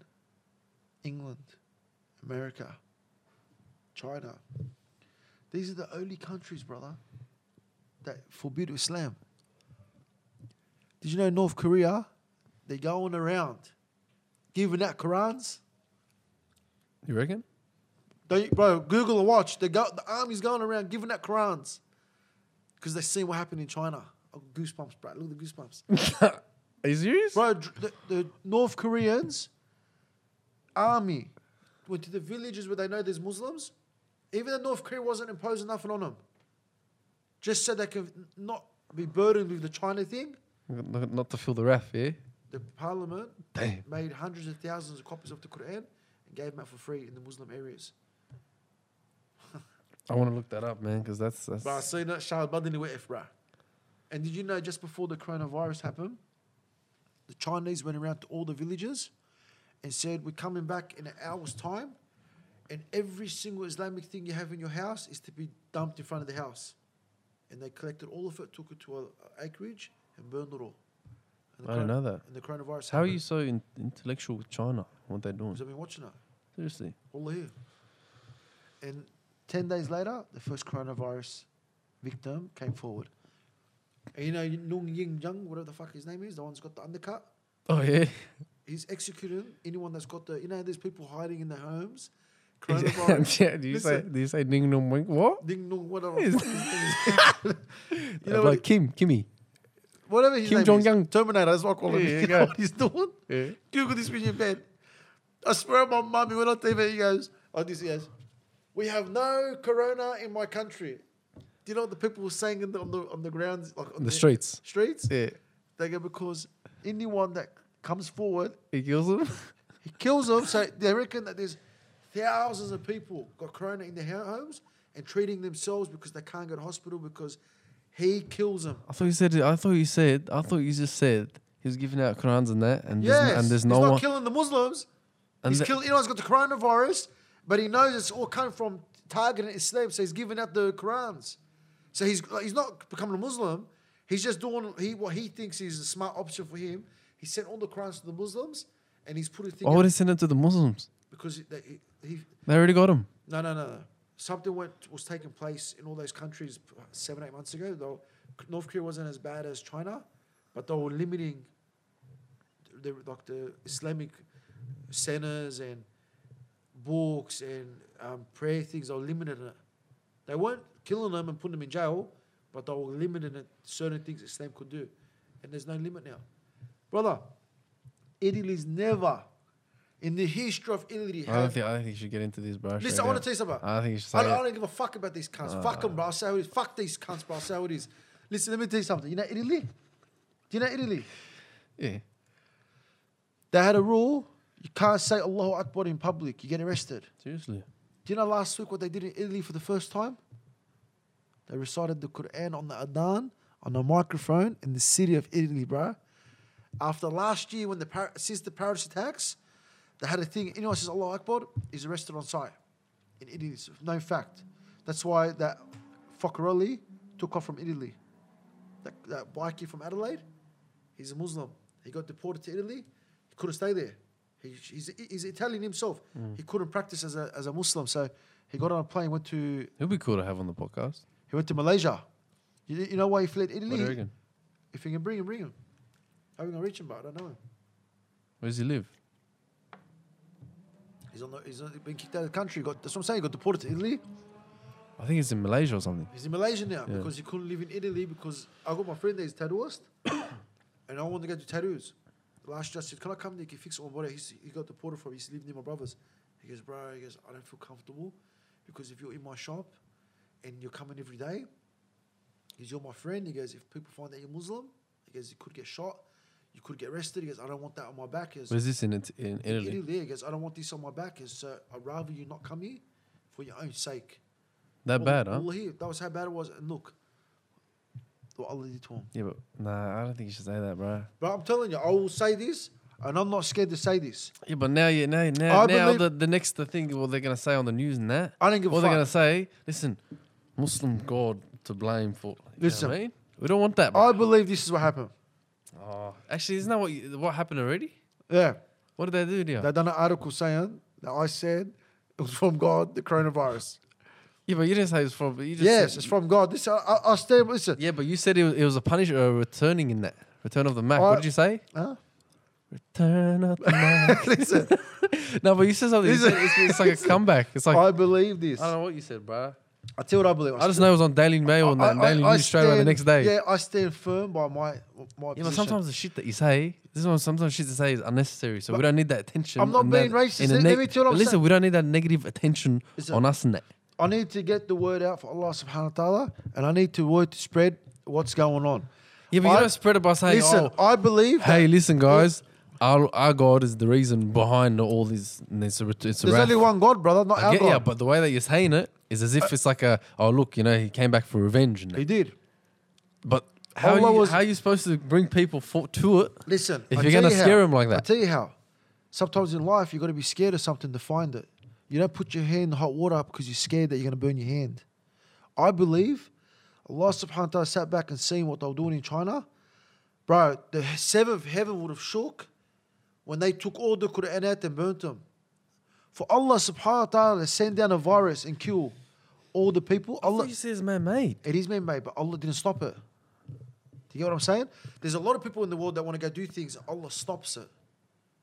England, America, China. These are the only countries, brother, that forbid Islam. Did you know North Korea? They're going around giving out Qurans.
you reckon?
They, bro, Google and watch. They go, the army's going around giving out Qurans because they seen what happened in China. Oh, goosebumps, bro. Look at the goosebumps.
Are you serious?
bro, dr- the, the North Koreans army went to the villages where they know there's Muslims. Even though North Korea wasn't imposing nothing on them, just so they can not be burdened with the China thing.
Not not to feel the wrath, yeah.
The parliament
Damn.
made hundreds of thousands of copies of the Quran and gave them out for free in the Muslim areas.
I want to look that up, man, because that's that's.
Bro, I seen that Charles Badini with F, bro. And did you know just before the coronavirus happened, the Chinese went around to all the villages and said, We're coming back in an hour's time, and every single Islamic thing you have in your house is to be dumped in front of the house. And they collected all of it, took it to a acreage, and burned it all. And the
I didn't
coron-
know that.
And the coronavirus
How are you
happened.
so in- intellectual with China? What they're doing?
Because I've been watching it
Seriously.
all here. And 10 days later, the first coronavirus victim came forward. And you know, Nung Ying Jung, whatever the fuck his name is, the one's got the undercut.
Oh yeah.
He's executing anyone that's got the, you know, there's people hiding in their homes. Coronavirus.
yeah. Do you say?
Listen.
Do you say ding dong wing? What?
Ding Nung, whatever.
Is-
the fuck his name is. you know,
Uh, like Kim, Kimmy.
what- whatever his
Kim
name
Jong
is.
Un.
Terminator, that's what I call him.
Yeah,
you
you
know
go.
what he's doing?
Yeah.
Google this video, Ben. I swear on my mummy, when I TV, he goes, on this, he goes, we have no corona in my country. Do you know what the people were saying in the, on the on the grounds, like on
The streets.
Streets?
Yeah.
They go because anyone that comes forward,
He kills him.
he kills them. So they reckon that there's thousands of people got corona in their ho- homes and treating themselves because they can't go to hospital because he kills them.
I thought you said. I thought you said. I thought you just said he was giving out Qurans and that, and there's,
Yes,
n- and there's
he's
no
not
one.
killing the Muslims.
And
he's
the-
killing. You know, he's got the coronavirus, but he knows it's all come from targeting Islam, so he's giving out the Qurans. So he's like, he's not becoming a Muslim. He's just doing he what he thinks is a smart option for him. He sent all the Qurans to the Muslims, and he's put a thing
Why would he send it to the Muslims?
because he, they- he, he
They already got him.
no, no, no, no. Something went, was taking place in all those countries p- seven, eight months ago. Though North Korea wasn't as bad as China, but they were limiting the, like the Islamic centers and books and um, prayer things. They were limiting it. They weren't killing them and putting them in jail, but they were limiting it, certain things Islam could do. And there's no limit now. Brother, Italy's never, in the history of Italy,
I don't
have
think. I don't think you should get into this, bro.
Listen,
Straight
I want
up.
to tell you something.
I don't think you should say
I don't, I
it.
don't give a fuck about these cunts. Fuck 'em, fuck them, bro. I'll say how it is. Fuck these cunts, bro. I'll say how it is. Listen, let me tell you something. You know Italy? Do you know Italy?
Yeah.
They had a rule you can't say Allahu Akbar in public. You get arrested.
Seriously.
Do you know last week what they did in Italy for the first time? They recited the Quran on the Adhan, on a microphone in the city of Italy, bro. After last year, when the Par- since the Paris attacks, they had a thing. Anyone says Allah Akbar is arrested on site in Italy. It's known fact. That's why that Focarelli took off from Italy. That, that bikie from Adelaide, he's a Muslim. He got deported to Italy. He couldn't stay there. He, he's, he's Italian himself.
Mm.
He couldn't practice as a, as a Muslim, so he got on a plane, went to
It'd be cool to have on the podcast.
he went to Malaysia. You, you know why he fled Italy?
What do you reckon?
If you can bring him, bring him. How are we gonna reach him? But I don't know him.
Where does he live?
He's on. The, he's on, been kicked out of the country. Got that's what I'm saying. He got deported to Italy.
I think it's in Malaysia or something.
He's in Malaysia now
Yeah.
because he couldn't live in Italy because I got my friend there, he's tattooist, and I want to get to tattoos. Last year I said, Can I come there? Can you fix my body? He's, he got deported from, he's living near my brother's. He goes, Bro, he goes, I don't feel comfortable because if you're in my shop and you're coming every day, he goes, You're my friend. He goes, If people find that you're Muslim, he goes, You could get shot, you could get arrested. He goes, I don't want that on my back. He goes,
Was this in it, in
in
Italy?
Italy, he goes, I don't want this on my back. He goes, So I'd rather you not come here for your own sake.
That bad, huh?
Wallahi, that was how bad it was. And look, what Allah did to him.
Yeah, but nah, I don't think you should say that, bro.
But I'm telling you, I will say this, and I'm not scared to say this.
Yeah, but now you now now,
I
now
believe-
the, the next the thing what they're gonna say on the news and that.
I don't give a
What they're
fuck.
gonna say? Listen, Muslim God to blame for. You
Listen.
know what I mean? we don't want that. Bro.
I believe this is what happened.
oh, actually, isn't that what you, what happened already?
Yeah.
What did they do to you?
They done an article saying that I said it was from God, the coronavirus.
yeah, but you didn't say it was from. You just
yes,
said-
it's from God. This I, I, I stand. Listen,
yeah, but you said it was, it was a punish uh, returning in that return of the Mac. what
I-
did you say?
huh?
Return of the Mac.
listen.
no, but you said something. You
Listen.
said it's, it's like a comeback. It's like I,
I believe this.
don't
I,
know what you said, bro.
tell you what I believe.
I just know it was on Daily Mail and that and Daily News straight away the
stand-
next day.
Yeah, I stand firm by my my.
Yeah,
position.
but sometimes the shit that you say, this is what sometimes shit to say is unnecessary. So we
But
don't need that attention.
I'm not
and
being
that-
racist.
and the
Let- let me tell you what I'm
Listen,
saying.
we don't need that negative attention
Listen.
on us and that.
I need to get the word out for Allah Subhanahu wa Taala, and I need to word to spread what's going on.
Yeah, but
I-
you don't spread it by saying,
Listen, Oh.
"Oh,
I believe. that-
hey, listen, guys, our, our God is the reason behind all this." And it's a, ret- it's a
there's
wrath."
only one God, brother, not
I
our
get
God.
yeah, but the way that you're saying it is as if it's like a, "Oh, look, you know, he came back for revenge." And
he
that.
did.
But how
Allah
are, you,
was-
how are you supposed to bring people for, to it?
Listen,
If
I
you're
tell
gonna
you how-
scare 'em like
I
that.
tell you how. Sometimes in life, you got to be scared of something to find it. You don't put your hand in hot water because you're scared that you're going to burn your hand. I believe Allah subhanahu wa ta'ala sat back and seen what they were doing in China. Bro, the seventh heaven would have shook when they took all the Quran out and burnt them. For Allah subhanahu wa ta'ala to send down a virus and kill all the people,
What
Allah,
you say is man-made.
it is man made, but Allah didn't stop it. Do you get what I'm saying? There's a lot of people in the world that want to go do things. Allah stops it.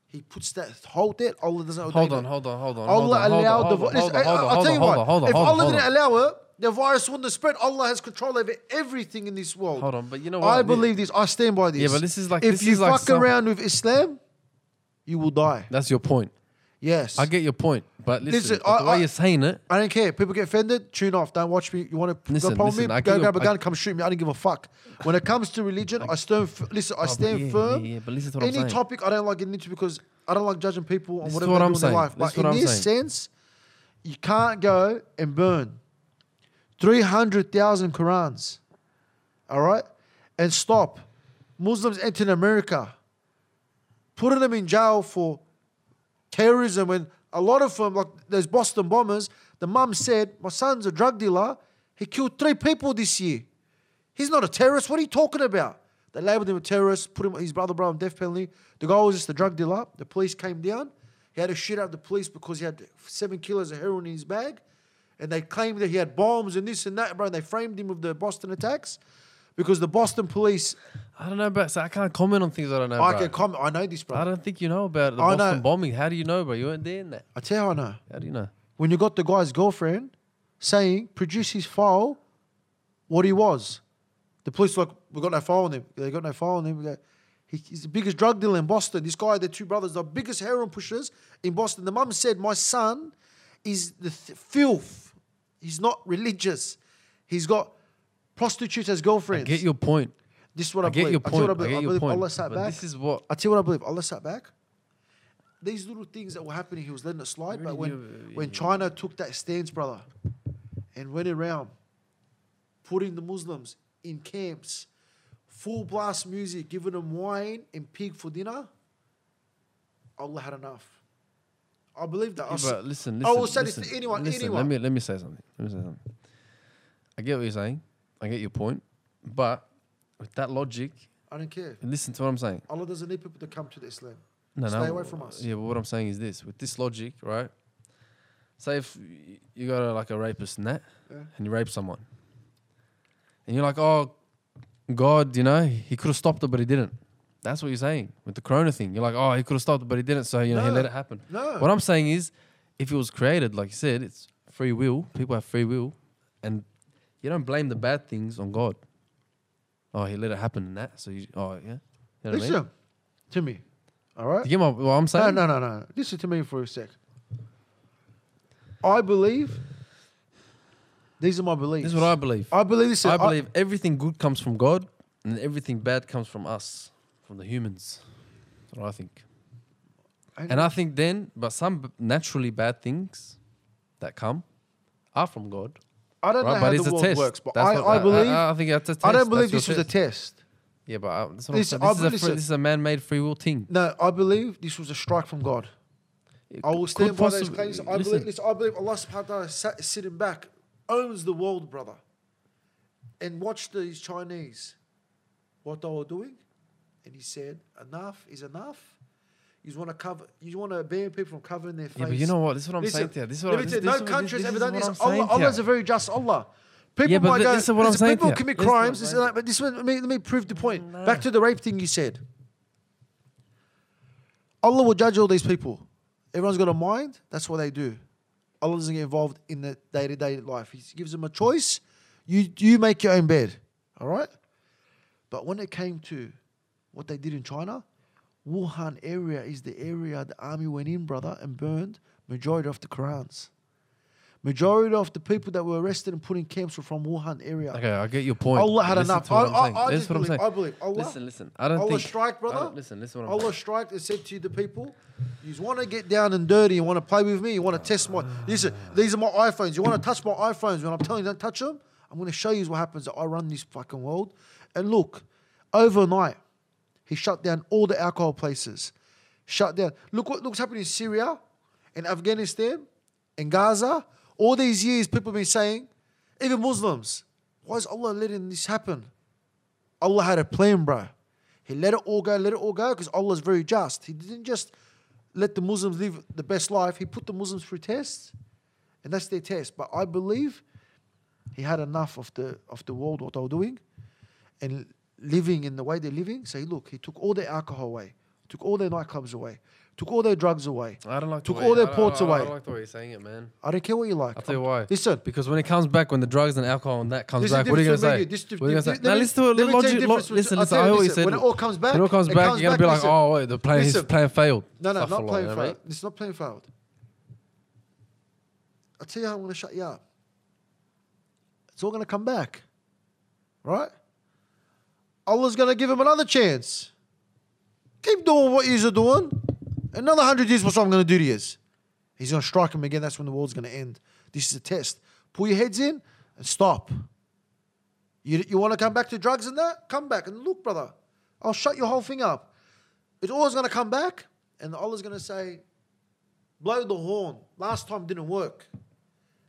He puts that hold it. Allah doesn't. ordain
Hold on,
it.
hold on, hold on. hold
Allah
on, hold
allowed
on,
the
hold on,
virus.
hold on, hold on,
I'll
hold
tell you
on, hold on, hold
what.
on,
If
hold on,
Allah
hold
didn't
on.
allow it, the virus wouldn't have spread. Allah has control over everything in this world.
Hold on, but you know
I
what?
believe this. I stand by this.
Yeah, but this is like-
if
this
you
is like
fuck
some-
around with Islam, you will die.
That's your point.
Yes.
I get your point, but listen,
Listen,
but
I-
the way
I-
you're saying it,
I don't care. People get offended. Tune off. Don't watch me. You want to
Listen,
go upon
listen,
me?
I
Go
give
grab a
a- I-
gun. Come shoot me. I don't give a fuck. When it comes to religion, I stand. F- listen, I
but
stand
Oh, yeah,
firm.
yeah, yeah, but listen to what I'm
Any
saying.
topic I don't like getting into because I don't like judging people on
This is
whatever
what
they
I'm
do in
saying.
their life.
This
But
is what
in
I'm
this
saying.
sense, you can't go and burn three hundred thousand Qurans. All right, and stop Muslims entering America, putting them in jail for terrorism when a lot of them, like those Boston bombers, the mum said, My son's a drug dealer. He killed three people this year. He's not a terrorist. What are you talking about? They labeled him a terrorist, put him his brother brother on death penalty. The guy was just a drug dealer. The police came down. He had to shoot out the police because he had seven kilos of heroin in his bag. And they claimed that he had bombs and this and that, bro. And they framed him with the Boston attacks because the Boston police.
I don't know about. So I can't comment on things I don't know.
I
bro.
can comment. I know this, bro.
I
I,
don't think you know about the
I know.
Boston bombing. How do you know, bro? You weren't there in that.
tell you, how I know.
How do you know?
when you got the guy's girlfriend saying, produce his file, what he was. The police like, we got no file on him. They got no file on him. We go, "He- He's the biggest drug dealer in Boston. This guy, the two brothers, the biggest heroin pushers in Boston. The mum said, my son is the th- filth. He's not religious. He's got prostitutes as girlfriends.
Get your point.
this is what I,
I get
believe.
your
I, tell you
point.
what
I
I believe.
get
I
your
believe
point.
Allah sat
But
back.
this is what.
I tell you what I believe. Allah sat back. These little things that were happening, he was letting it slide. but when
knew-
when China took that stance, brother, and went around putting the Muslims in camps, full blast music, giving them wine and pig for dinner, Allah had enough. I believe that. I
Yeah,
s-
but listen,
I
listen.
will say this
listen,
to anyone,
Listen,
anyone.
Let me let me say something. Let me say something. I get what you're saying. I get your point, but with that logic,
I don't care.
listen to what I'm saying.
Allah doesn't need people to come to the Islam.
No,
Stay
no.
away from us.
Yeah, but what I'm saying is this: with this logic, right? Say if y- you got a, like a rapist and that,
Yeah.
and you rape someone, and you're like, "Oh, God, you know, he could have stopped it, but he didn't." That's what you're saying with the Corona thing. You're like, "Oh, he could have stopped it, but he didn't," so you know he
No,
let it happen.
no.
What I'm saying is, if it was created, like you said, it's free will. People have free will, and you don't blame the bad things on God. Oh, he let it happen and that. So you, oh yeah, you know what I mean?
Listen to me. All right?
You get my, what I'm saying?
No, no, no, no. Listen to me for a sec. I believe These are my beliefs.
This is what I believe.
I believe this.
I believe everything good comes from God and everything bad comes from us, from the humans. That's what I think.
I
and I think then, but some b- naturally bad things that come are from God.
I don't know
Right?
how
But it's
the
a
world
test.
works, but
That's
I,
what-
I believe I,
I, think that's a test.
don't believe
That's
this
your
was a
test.
test.
Yeah, but uh, I, that's what
This-
I'm
I
saying. This, is a,
believe
free-
so.
this is a man-made free will thing.
No, I believe this was a strike from God.
It
I will
could
stand by those
possibly-
claims. I
listen,
believe. Listen, I believe Allah Subhanahu wa Taala sat, is sitting back owns the world, brother. And watch these Chinese, what they were doing, and he said, "Enough is enough." You want to cover. You want to ban people from covering their face.
Yeah, but you know what? This is what I'm saying
Listen,
to you. This is
let
what
me
I'm
tell you,
this
no
is what-
country has
this
ever
is
done
what
this.
I'm
Allah,
saying to you.
Allah's a very just Allah. People
Yeah, but
might
th-
go,
this is what I'm
listen,
saying
people
to you.
commit
This is what I'm
crimes. This is
saying.
like, but this one, let me, let me prove the point.
Nah.
Back to the rape thing you said. Allah will judge all these people. Everyone's got a mind. That's what they do. Allah doesn't get involved in the day to day life. He gives them a choice. You you make your own bed. All right. But when it came to what they did in China, Wuhan area is the area the army went in, brother, and burned majority of the Qurans. Majority of the people that were arrested and put in camps were from Wuhan area.
Okay, I get your point.
Allah had
Listen
enough.
to
I-
what I'm
I-
saying.
I
This
just
is what I'm
believe-
saying.
I believe. Allah-
Listen, listen. I don't
Allah
think.
strike,
I don't-
brother.
Listen, listen. What I'm
Allah strike and said to the people, you want to get down and dirty, you want to play with me, you want to test my. Listen, these are my iPhones. You want to touch my iPhones when I'm telling you don't touch them? I'm going to show you what happens. I run this fucking world. And look, overnight, he shut down all the alcohol places. Shut down. Look what looks happening in Syria and Afghanistan and Gaza. All these years, people have been saying, even Muslims, why is Allah letting this happen? Allah had a plan, bro. He let it all go, let it all go, because Allah's very just. He didn't just let the Muslims live the best life. He put the Muslims through tests, and that's their test. But I believe he had enough of the of the world what they were doing, and living in the way they're living. Say, look, he took all their alcohol away, took all their nightclubs away, took all their drugs away.
saying. I don't like. the
took
way-
all their
I don't-
ports
I don't- I
away.
don't like the way you're saying it, man.
I don't care what you like.
I'll tell you why.
Listen,
Because when it comes back, when the drugs and alcohol and that comes
This is
back, what are you going
difference
to say?
with me. This is
what are you going to
different-
say? Now,
let me-
listen to
let
it.
me tell you
Logic,
the
lo-
difference
listen,
with-
listen.
I'll tell
I
you,
always
listen,
said
when it all comes back-
when it all comes
it
back,
comes
you're going
back,
to be like,
listen.
oh, wait, the plan, his
Listen.
plan failed.
No, no,
Stuff
not
along,
playing
you know what I
failed.
mean?
It's not playing failed. I'll tell you how I'm going to shut you up. It's all going to come back. Right? Allah's going to give him another chance. Keep doing what you're doing. Another 100 years, what's I'm going to do to you? He's going to strike him again. That's when the world's going to end. This is a test. Pull your heads in and stop. You, you want to come back to drugs and that? Come back. And look, brother, I'll shut your whole thing up. It's always going to come back, and Allah's going to say, blow the horn. Last time didn't work.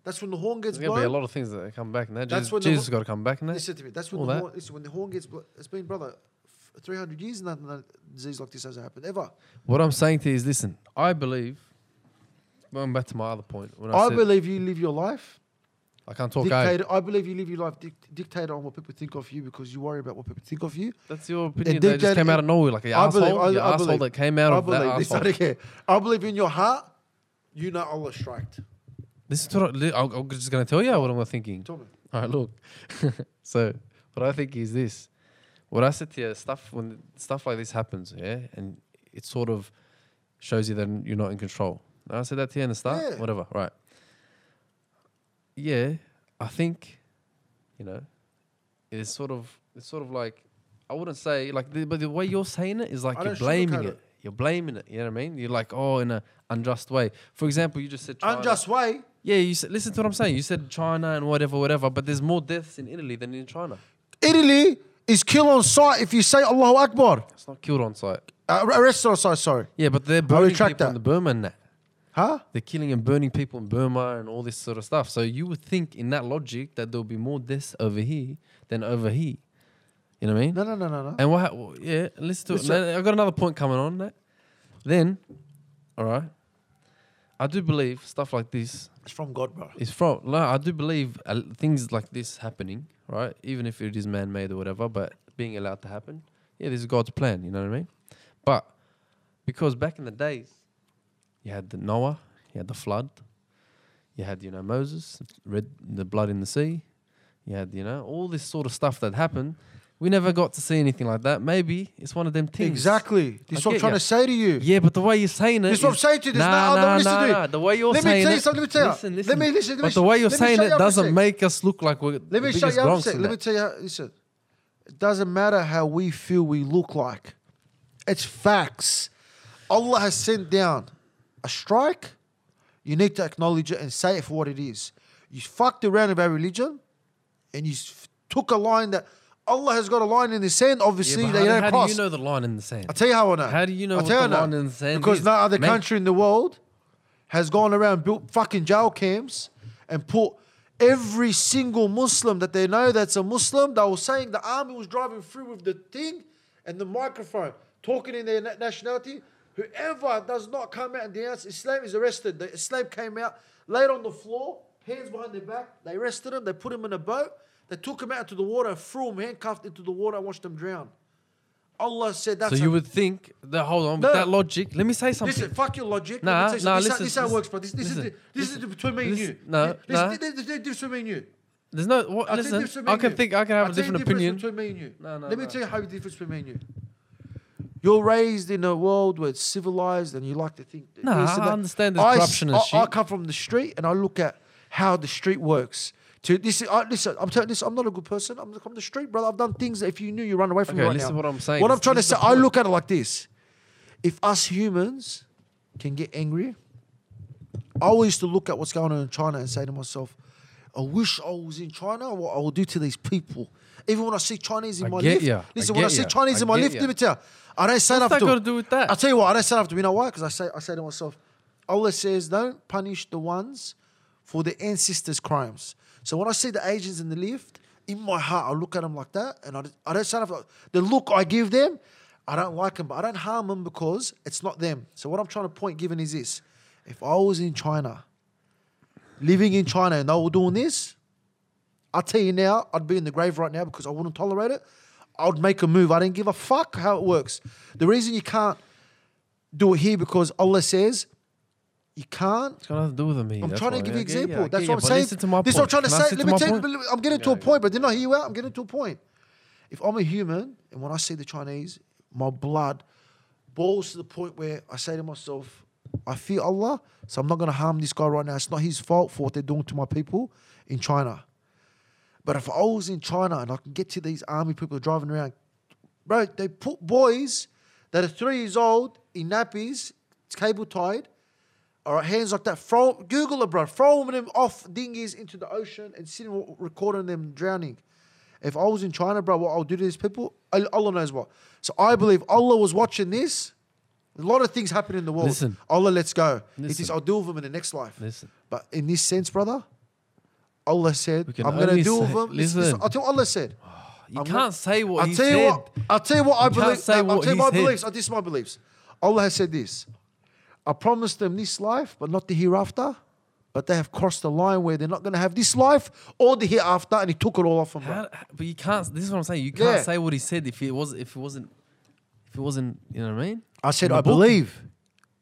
That's when the horn gets
There's going to be a
blown.
lot of things that come back. Now,
That's
Jesus,
when the-
Jesus got to come back. Now,
Listen to me. That's when
All
the
that.
horn, listen, when the horn gets blown. It's been, brother, f- 300 years and nothing a disease like this hasn't happened ever.
what I'm saying to you is, listen. I believe. Going back to my other point, when I,
I
said
believe you live your life
I can't talk. eh?
dictated. I believe you live your life dic- dictated on what people think of you because you worry about what people think of you.
That's your opinion.
And
They just
dictated-
came out of nowhere, like an
I
asshole.
believe, I,
your
I
asshole
believe,
that came out
I
of that
believe, this, I
asshole.
don't care. I believe in your heart, you know Allah striked.
This is what I, li- I'm I'm just going to tell you what I'm thinking.
Tell me.
All right, look. so, what I think is this: what I said to you, stuff when stuff like this happens, yeah, and it sort of shows you that you're not in control. And I said that to you in the start,
Yeah.
whatever, right? Yeah, I think, you know, it's sort of it's sort of like I wouldn't say like, the, but the way you're saying it is like
I
you're
don't
blaming
sugarcoat
it.
it.
You're blaming it. You know what I mean? You're like, oh, in a unjust way. For example, you just said China.
Unjust way.
Yeah, you said, listen to what I'm saying. You said China and whatever, whatever, but there's more deaths in Italy than in China.
Italy is kill on sight if you say Allahu Akbar.
It's not killed on site.
Uh, arrested on sight, sorry.
Yeah, but they're burning people
retract
in
that.
the Burma and that.
Huh?
They're killing and burning people in Burma and all this sort of stuff. So you would think in that logic that there'll be more deaths over here than over here. You know what I mean?
No, no, no, no, no.
And what? hap- well, yeah, listen to it.
Listen-
No, I got another point coming on that. Then, all right, I do believe stuff like this
It's from God, bro.
It's from. No, I do believe uh, things like this happening, right? Even if it is man-made or whatever, but being allowed to happen, yeah, this is God's plan. You know what I mean? But because back in the days, you had the Noah, you had the flood, you had you know Moses, red the blood in the sea, you had you know all this sort of stuff that happened. We never got to see anything like that. Maybe it's one of them things.
Exactly. This is
I
what I'm
get
trying
ya.
to say to you.
Yeah, but the way you're saying it.
This is what I'm
is-
saying to you. There's no
nah,
other
nah,
reason
nah,
to do.
nah. The way you're
Let me
saying
tell you
it-
something, let me tell you.
Listen,
Let
listen.
me- listen, let me
But the
sh-
way you're
let me
saying
show you
it
how we
doesn't
say it.
make us look like we're.
Let me show
the biggest
you how
broncs
upset.
in
Let me
that.
tell you. How, listen, it doesn't matter how we feel we look like. It's facts. Allah has sent down a strike. You need to acknowledge it and say it for what it is. You fucked around about religion, and you s- took a line that Allah has got a line in the sand.
Yeah,
Obviously,
but
they
how,
don't
do- how
cross.
do you know the line in the sand?
I'll tell you how I know.
How do you know
I'll
what
tell
the
you how I
line in the sand
Because
is?
no other
Man-
country in the world has gone around built fucking jail camps and put every single Muslim that they know that's a Muslim. They were saying the army was driving through with the thing and the microphone, talking in their na- nationality. Whoever does not come out and denounce Islam is arrested. The Islam came out, laid on the floor, hands behind their back. They arrested him. They put him in a boat. They took him out to the water, threw him handcuffed into the water, and watched him drown. Allah said that's
So
a-
you would think that. Hold on,
No.
with that logic. Let me say something.
Listen, fuck your logic.
Nah,
Let me tell you
nah,
something.
listen,
this, how- this how
listen,
it works, bro. This, this, is,
listen,
the, this is the, between me
listen,
and you.
no,
this,
nah.
This, this, this, this, this between me and you.
There's no. What,
I'll tell you the difference
listen,
between
I can
you.
think. I can have
I'll
a
tell you
different
the difference
opinion.
Between me and you.
No, no,
Let me
no.
tell you how the difference between me and you. You're raised in a world where it's civilized and you like to think. that
Nah,
this and
I
that.
understand there's
I s-
corruption and
I, I
shit.
come from the street and I look at how the street works. To this, is- I, listen. I'm telling this. I'm not a good person. I'm from the street, brother. I've done things that if you knew, you run away from. me
Okay,
right
this is
now.
what I'm saying.
What I'm
This-
trying
this
to
is
say,
the
I
point.
look at it like this: if us humans can get angry, I always used to look at what's going on in China and say to myself, I wish I was in China, what I will do to these people. Even when I see Chinese in
I
my
get
lift,
ya, I
listen, when I
get
see
ya,
Chinese
I
in my
get
lift,
ya.
let me tell you, I don't say
What's
nothing.
that got to do with that?
I'll tell you what, I don't say nothing. You know why? Because I say, I say to myself, Allah says, don't punish the ones for their ancestors' crimes. So when I see the Asians in the lift, in my heart, I look at them like that, and I, I don't say nothing. The look I give them, I don't like them, but I don't harm them because it's not them. So what I'm trying to point given is this: if I was in China, living in China, and they were doing this, I tell you now, I'd be in the grave right now because I wouldn't tolerate it. I'd make a move. I didn't give a fuck how it works. The reason you can't do it here because Allah says you can't
It's got nothing to do with me.
I'm
that's
trying to
why.
give you
Yeah, yeah,
example.
yeah, I
That's what
get ya,
I'm
but
saying.
Listen to my
this is what
point.
I'm trying to
Can I
say.
sit
Let
to
me
my
tell you,
point?
I'm getting to a point, but did not hear you out. I'm getting to a point. If I'm a human and when I see the Chinese, my blood boils to the point where I say to myself, I fear Allah, so I'm not going to harm this guy right now. It's not his fault for what they're doing to my people in China. But if I was in China and I can get to these army people driving around, bro, they put boys that are three years old in nappies, cable tied, all right, hands like that. Throw Google it, bro. Throwing them off dinghies into the ocean and sitting recording them drowning. If I was in China, bro, what I'll do to these people, Al- Allah knows what. So I believe Allah was watching this. A lot of things happen in the world.
Listen.
Allah lets go. He
Listen.
thinks I'll deal with them in the next life.
Listen.
But in this sense, brother, Allah said,
We can
I'm going to
only
deal with
say-
them. Listen.
listen.
I'll tell you what Allah said.
You
I'm
can't
not-
say what
I'll
he
tell
said.
you what. I'll tell you what I
You can't
believe.
say
I'll tell
what
you
he
my
said.
beliefs. Oh, this is my beliefs. Allah has said this. I promised them this life, but not the hereafter. But they have crossed the line where they're not going to have this life or the hereafter, and he took it all off from them.
How, but you can't. This is what I'm saying. You can't
Yeah.
say what he said if it was if it wasn't if it wasn't. You know what I mean?
I said,
In
I
the book.
believe.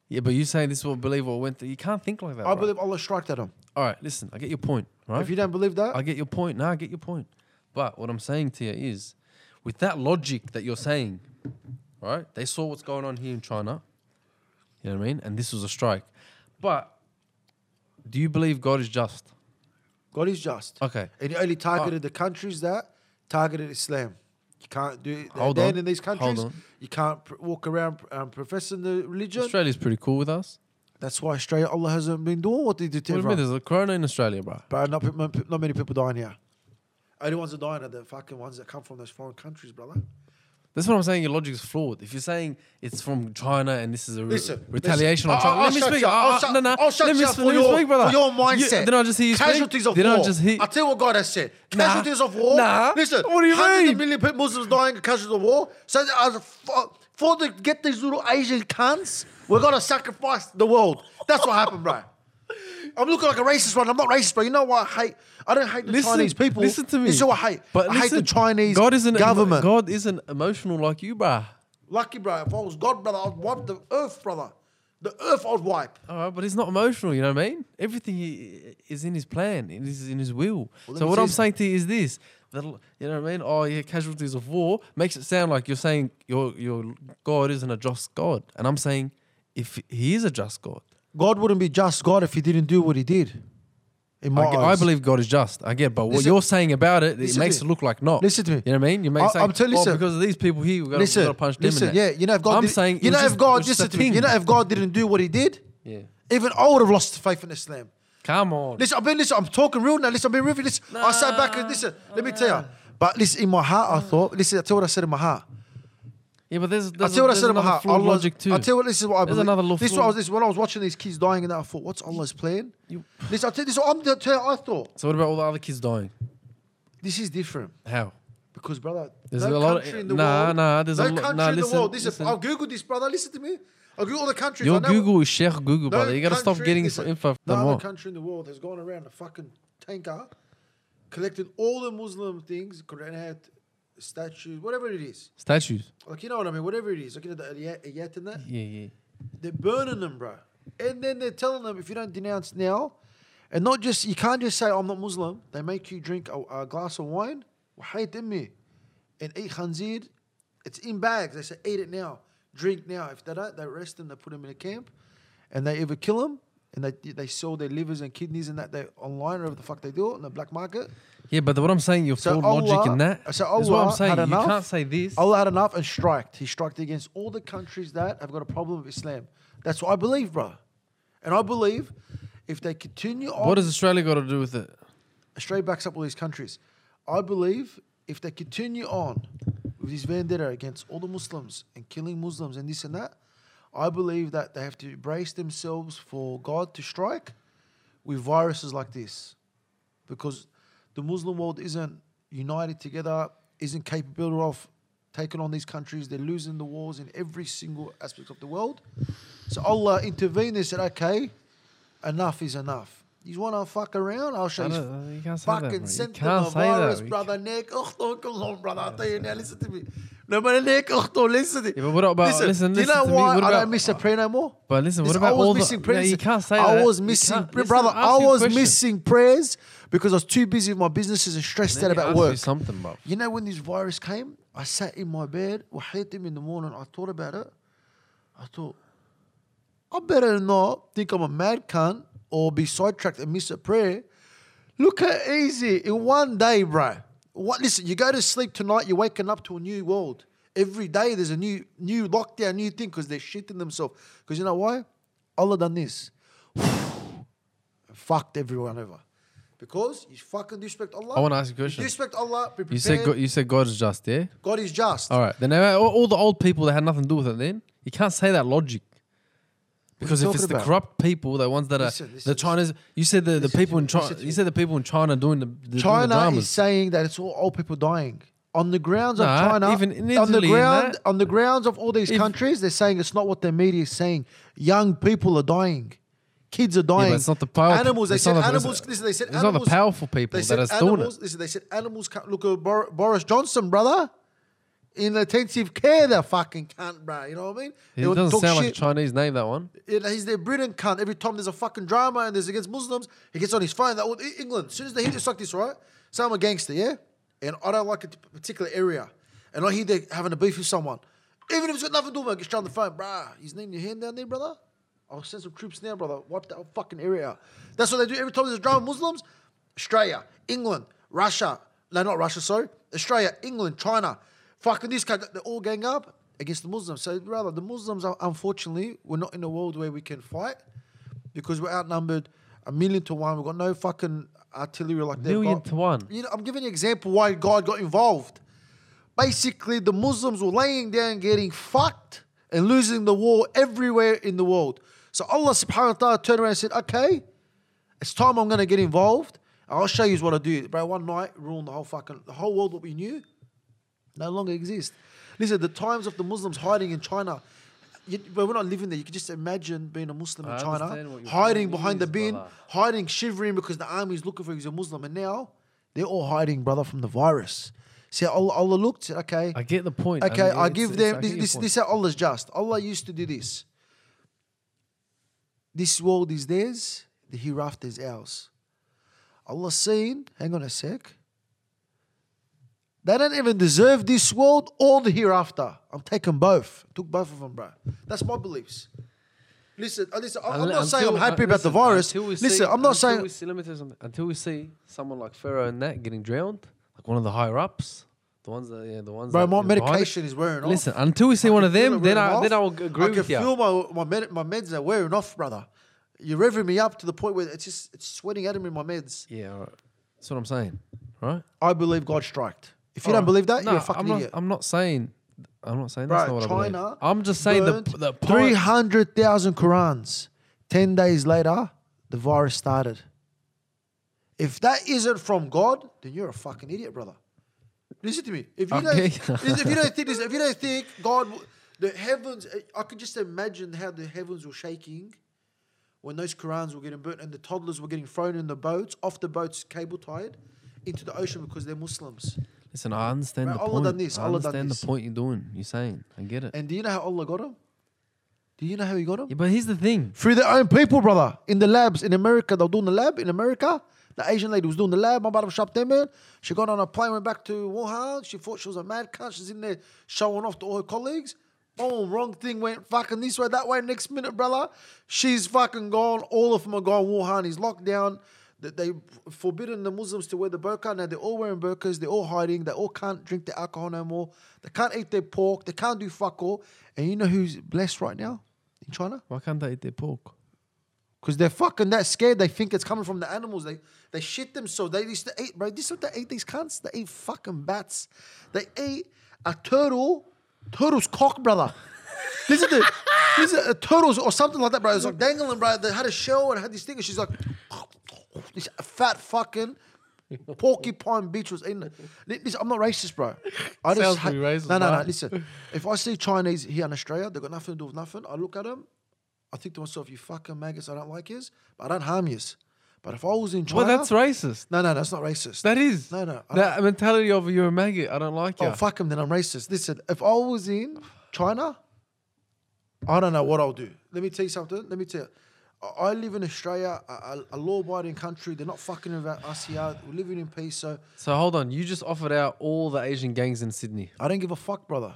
Yeah, but you saying this will believe what went through. You can't think like that.
I believe Allah struck at them.
All right, listen. I get your point. Right.
If you don't believe that,
I get your point. No, I get your point. But what I'm saying to you is, with that logic that you're saying, right? They saw what's going on here in China. You know what I mean? And this was a strike. But do you believe God is just?
God is just.
Okay.
And he only targeted the countries that targeted Islam. You can't do it.
Hold
then
on.
in these
Hold
countries,
on.
you can't pr- walk around um, professing the religion.
Australia's pretty cool with us.
That's why Australia, Allah hasn't been doing what they did to
What do you mean?
everyone.
There's a corona in Australia, bro.
Bro, not, pe- mon- pe- not many people dying here. Only ones that dying are the fucking ones that come from those foreign countries, brother.
That's what I'm saying. Your logic is flawed. If you're saying it's from China and this is a re-
Listen,
retaliation
listen.
on China,
I'll- I'll
let me
shut
speak.
you up. I'll
Uh, uh,
shut-
no, no.
I'll shut
let me
you up
sp-
for
let me
your-
speak, brother.
for your
You-
mindset.
Did I just hear you speak?
Casualties of
did
war.
I just hear?
I tell you what God has said.
Nah.
Casualties of war.
Nah.
Listen,
What do you
hundreds of
mean?
million people, Muslims dying in casualties of war. So they are for, for the get these little Asian cunts, we're gonna sacrifice the world. That's what happened, bro. I'm looking like a racist, bro. I'm not racist, bro. You know what I hate? I don't hate the
listen,
Chinese people.
Listen to me.
This is what I hate.
But
I hate the
listen,
Chinese
God isn't emo-
government.
God isn't emotional like you, bruh.
Lucky, bro. If I was God, brother, I'd wipe the earth, brother. The earth, I'd wipe.
All right, but he's not emotional. You know what I mean? Everything i- is in his plan. It is in his will.
let
so
me
what
say
I'm
some-
saying to you is this: that'll, you know what I mean? Oh yeah, casualties of war makes it sound like you're saying your your God isn't a just God, and I'm saying if He is a just God,
God wouldn't be just God if he didn't do what he did. In my
I, ge- I
eyes.
believe God is just. I get, but what
Listen-
you're saying about it, it
listen to
makes it
me.
look like not.
Listen to me.
You know what I mean? You may
I-
say,
I'm telling you,
oh,
sir.
because of these people here, we got
listen,
to punch
listen,
them. in
yeah,
that.
you know if God,
I'm
did,
saying,
you know if God,
just
listen
a
to me, you
thing.
know if God didn't do what he did,
yeah.
even I would have lost faith in Islam.
Come on.
Listen, I've been listen. I'm talking real now. Listen, I've been real. Listen, I sat back and listen. Let me tell you. But listen, in my heart, I thought. Listen, I tell you what I said in my heart.
yeah, but there's,
I
there's,
tell you what I
there's
said in my
another
heart.
flawed
Allah-
logic too.
I tell you what. This is what I
There's
believe.
another law
this is what I
flaw.
was. This is when I was watching these kids dying, and that I thought, what's Allah's plan?
You-
Listen, I tell you this. is what I'm I tell you. I thought
so what about all the other kids dying?
this is different
How?
because, brother,
There's
no
a lot of-
country in the
nah,
world.
nah, there's a
no
lot-
country
nah,
in
listen,
the world. This is,
listen.
I'll Google this, brother. Listen to me. I'll Google all the countries. I
Your
know-
Google is Sheikh Google,
No
brother. You gotta stop
country-
getting
listen,
info
No
from
other
what?
country in the world has gone around a fucking tanker, collected all the Muslim things, Quran had statues, whatever it is.
Statues.
Like you know what I mean, whatever it is. Like you know the aliyat aliyat and that.
Yeah, yeah.
They're burning them, bro. And then they're telling them if you don't denounce now, and not just you can't just say I'm not Muslim. They make you drink a, a glass of wine, وحياة أمي, and eat khanzir. It's in bags. They say eat it now, drink now. If they don't, they arrest them. They put them in a camp, and they either kill them. And they, they sell their livers and kidneys and that they online or whatever the fuck they do on the black market.
Yeah, but what I'm saying, your
So
flawed logic
Allah-
in that
so
is what I'm
Allah
saying.
had
You
enough.
can't say this.
Allah had enough and striked. He striked against all the countries that have got a problem with Islam. That's what I believe, bro. And I believe if they continue on,
What does Australia got to do with it?
Australia backs up all these countries. I believe if they continue on with this vendetta against all the Muslims and killing Muslims and this and that, I believe that they have to brace themselves for God to strike with viruses like this. Because the Muslim world isn't united together, isn't capable of taking on these countries. They're losing the wars in every single aspect of the world. So Allah intervened and said, okay, enough is enough. You want to fuck around? I'll show
I
you.
don't- you can't say that,
fucking
bro. You
sent
can't
them a
say that.
virus,
You
brother. Nick, oh, come on, brother. I tell you now, listen to me. No matter Nick, oh, listen to me.
Yeah, but what about- listen,
do you
listen
know
to me,
why
what
I
about-
don't miss a prayer no more?
But listen, what
Listen,
about
I was
all the-
missing
Yeah,
prayers.
you can't say
I
that.
was
You
missing,
can't- listen,
brother.
ask
I
me a
was
question.
missing prayers because I was too busy with my businesses and stressed
Let
out
me
about
ask you
work.
something, bruv.
You know when this virus came, I sat in my bed. I hate him in the morning. I thought about it. I thought, I better not think I'm a mad cunt or be sidetracked and miss a prayer. Look how easy in one day, bro. What? Listen, you go to sleep tonight, you're waking up to a new world. Every day there's a new new lockdown, new thing because they're shitting themselves. Because you know why? Allah done this. And fucked everyone over. Because you fucking disrespect Allah.
I wanna ask you a question.
You disrespect Allah. Be
You
prepared.
said God, you said God is just, yeah.
God is just.
All right. Then uh, all, all the old people that had nothing to do with it. Then you can't say that logic. Because if
talking
it's the
about?
corrupt people, the ones that are
Listen,
the
listen,
Chinese, you said the, the
Listen to
people
me,
in China,
listen to
you
me.
said the people in China doing the, the doing the
China
dramas.
is saying that it's all old people dying. On the grounds of
Nah,
China,
even in
on the
Italy and
ground,
that-
on the grounds of all these
If-
countries, they're saying it's not what the media is saying. Young people are dying, kids are dying.
it's not the power-
Animals, they
it's
said
not the-
animals.
it's-
Listen, they said
it's not the
animals.
powerful people
they
that
said
are doing it.
animals. Listen, they said animals. Can't, look at Bor- Boris Johnson, brother, in intensive care. They fucking cunt, bro. You know what I mean?
it
They would
doesn't
talk
sound like a
shit.
Chinese name. That one.
Yeah, he's their Britain cunt. Every time there's a fucking drama and there's against Muslims, he gets on his phone. That would England. As soon as they hear this like this, right? So I'm a gangster, yeah, and I don't like a t- particular area, and I hear they're having a beef with someone, even if it's got nothing to do with me, I get straight on the phone, bruh. He's needing your hand down there, brother. I'll send some troops now, brother. Wipe that whole fucking area out. That's what they do every time there's a drama. Muslims, Australia, England, Russia. No, not Russia. Sorry, Australia, England, China. Fucking this guy. They all gang up against the Muslims. So, rather, the Muslims are unfortunately we're not in a world where we can fight because we're outnumbered a million to one. We've got no fucking artillery like they've
Million
got.
to one.
You know, I'm giving you an example why God got involved. Basically, the Muslims were laying down, getting fucked, and losing the war everywhere in the world. So Allah subhanahu wa ta'ala turned around and said, Okay, it's time I'm gonna get involved. I'll show you what I do. Bro, one night ruined the whole fucking the whole world what we knew no longer exist. Listen, the times of the Muslims hiding in China, you, but we're not living there. You can just imagine being a Muslim in
I understand what
China,
your
hiding
point
behind the
is,
bin,
brother.
hiding, shivering because the army's looking for you as a Muslim. And now they're all hiding, brother, from the virus. See, how Allah, Allah looked, said, okay,
I get the point.
okay,
mean,
I
it's-
give
it's-
them,
I
this,
get your
this,
point.
this is how Allah's just. Allah used to do this. This world is theirs, the hereafter is ours. Allah's saying, hang on a sec, They don't even deserve this world or the hereafter. I'm taking both. Took both of them, bro. That's my beliefs. Listen, uh, listen. I- I'm
Unle-
not saying I'm
until-
happy
uh,
about the
listen,
virus.
until we
Listen,
see-
I'm not
until
saying
we see, let me tell you something. Until we see someone like Pharaoh and that getting drowned, like one of the higher ups, the ones that yeah, the ones.
Bro,
that
my
is behind it.
medication is wearing off.
Listen, until we see one of
can feel
them,
it
then
wearing
I then
off.
I'll g- agree
I can
with you.
feel my my, med- my meds are wearing off, brother. You're revving me up to the point where it's just it's sweating at me in my meds.
yeah, all right. that's what I'm saying, right?
I believe God striked. If you
All
don't
right.
believe that,
No,
you're a fucking
Oh. I'm not,
idiot.
I'm not saying. I'm not saying that's
Bro,
not what I
China
believe. I'm just saying the p- the
three
pirate-
hundred thousand Qurans. Ten days later, the virus started. If that isn't from God, then you're a fucking idiot, brother. Listen to me. If you don't,
Okay.
listen, if you don't think this, if you don't think God, w- the heavens, I could just imagine how the heavens were shaking when those Qurans were getting burnt and the toddlers were getting thrown in the boats, off the boats, cable tied, into the ocean because they're Muslims.
Listen, I understand
Bro,
the
Allah
point.
done this,
I
Allah done
understand
this.
the point you're doing. You're saying. I get it.
And do you know how Allah got them? Do you know how He got them?
yeah, but here's the thing.
through their own people, brother. In the labs in America, they were doing the lab in America. The Asian lady was doing the lab. My bottom shop them in. She got on a plane, went back to Wuhan. She thought she was a mad cunt. She's in there showing off to all her colleagues. Boom, wrong thing went fucking this way, that way. Next minute, brother, she's fucking gone. All of them are gone. Wuhan is locked down. That they forbidden the Muslims to wear the burqa. Now they're all wearing burqas. They're all hiding. They all can't drink the alcohol no more. They can't eat their pork. They can't do fuck all. And you know who's blessed right now in China?
Why can't they eat their pork?
Because they're fucking that scared. They think it's coming from the animals. They they shit themselves. They used to eat, bro. This is what they eat these cunts. They eat fucking bats. They eat a turtle, turtle's cock, brother. Listen to this is a turtle's or something like that, bro. It's like dangling, bro. They had a shell and had this thing, and she's like, this fat fucking porcupine bitch was in. Listen, I'm not racist, bro. I
Sounds pretty racist,
No, no, no.
mate.
Listen, if I see Chinese here in Australia, they got nothing to do with nothing. I look at them. I think to myself, you fucking maggots, I don't like yous, but I don't harm yous. But if I was in China.
Well, that's racist.
No, no, that's not racist.
That is.
No, no, I
That mentality of you're a maggot. I don't like you.
Oh, fuck them, then I'm racist. Listen, if I was in China, I don't know what I'll do. Let me tell you something. Let me tell you. I- I live in Australia, a, a, a law abiding country. They're not fucking about us here. We're living in peace. So
So hold on. You just offered out all the Asian gangs in Sydney.
I don't give a fuck, brother.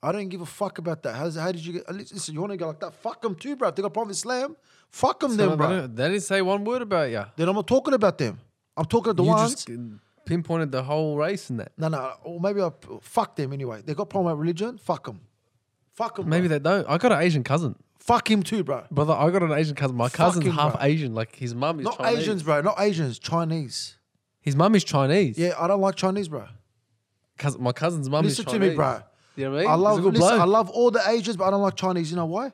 I don't give a fuck about that. How's, how did you get. Listen, you want to go like that? Fuck them too, bro. If they got Prophet Islam, fuck them
So
then,
they,
bro.
don't- they didn't say one word about you.
Then I'm not talking about them. I'm talking about the
you
ones.
just pinpointed the whole race in that.
No, no, or maybe I fuck them anyway. They got problem with religion. Fuck them. Fuck him.
Maybe they don't. I got an Asian cousin,
Fuck him too, bro.
brother. I got an Asian cousin. My cousin's
Fucking
half
bro.
Asian. Like his mum is
Not
Chinese.
Asians, bro. Not Asians. Chinese.
His mum is Chinese.
Yeah, I don't like Chinese, bro.
Cous- my cousin's mum
Listen to
is Chinese.
me, bro.
You know what I mean?
I
He's a
love
good
listen,
bloke.
I love all the Asians, but I don't like Chinese. You know why,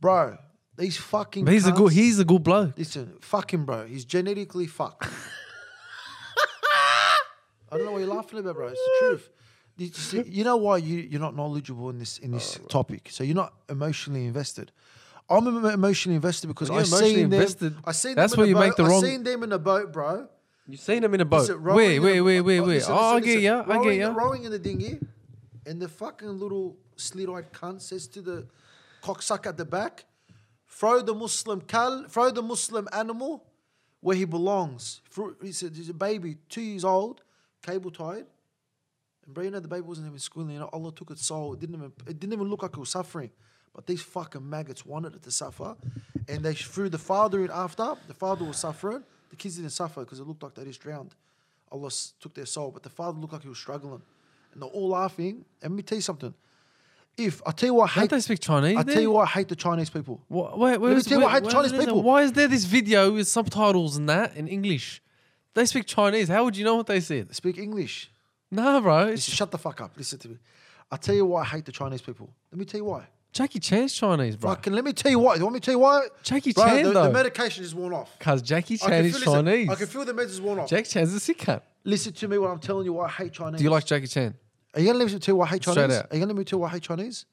bro? These fucking.
But he's a
cunts-
good. He's a good bloke.
Listen, fuck him, bro. He's genetically fucked. I don't know what you're laughing about, bro. It's the truth. You, you see- you know why you, you're not knowledgeable in this in
Oh,
this topic. So you're not emotionally invested. I'm em- emotionally invested because
When
I
you're emotionally
seen
invested,
them. I seen
that's
them
where
in
you
a
make
boat.
the wrong-
I seen them in a boat, bro.
You've seen him in a boat.
Listen, rowing
wait,
in
wait,
a-
wait, wait,
oh,
wait.
listen,
Oh, I
listen,
get
listen.
ya. I get
Rowing-
ya.
Rowing in the dinghy, and the fucking little slit-eyed cunt says to the cocksucker at the back, "Throw the Muslim cal, throw the Muslim animal where he belongs." Thro- He said, "He's a baby, two years old, cable tied." And bro, you know the baby wasn't even squealing. You know, Allah took its soul. It didn't even it didn't even look like it was suffering. But these fucking maggots wanted it to suffer, and they threw the father in after. The father was suffering. The kids didn't suffer because it looked like they just drowned. Allah s- took their soul, but the father looked like he was struggling, and they're all laughing. And let me tell you something. If I tell you what I
Don't
hate,
they speak Chinese?
I tell
there?
you what I hate the Chinese people.
Wha- wait, where
Let me
is-
tell you what
where-
happened to
where-
Chinese
where-
people.
Why is there this video with subtitles and that in English? They speak Chinese. How would you know what they said?
They speak English.
Nah, bro. It's
Listen, shut the fuck up. Listen to me. I tell you why I hate the Chinese people. Let me tell you why.
Jackie Chan's Chinese, bro.
Fucking let me tell you why. You want me to tell you why?
Jackie
Bro,
Chan,
the, the
though.
medication is worn off.
Cause Jackie
I
Chan
can
is
feel- listen,
Chinese.
I can feel the meds is worn off.
Jack Chan's a sick cat.
listen to me when I'm telling you why I hate Chinese.
Do you like Jackie Chan?
Are you gonna let me tell you why I hate
Straight
Chinese? Are
out.
you gonna let me tell you why I hate Chinese?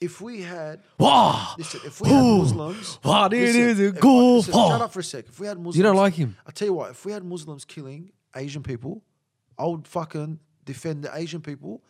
If we had
Wow.
listen, if we had Muslims,
Wow, there it
listen,
is, a
if I-
go-
listen,
oh.
shut up for a sec. If we had Muslims,
don't like him?
I tell you what, if we had Muslims killing Asian people, I would fucking defend the Asian people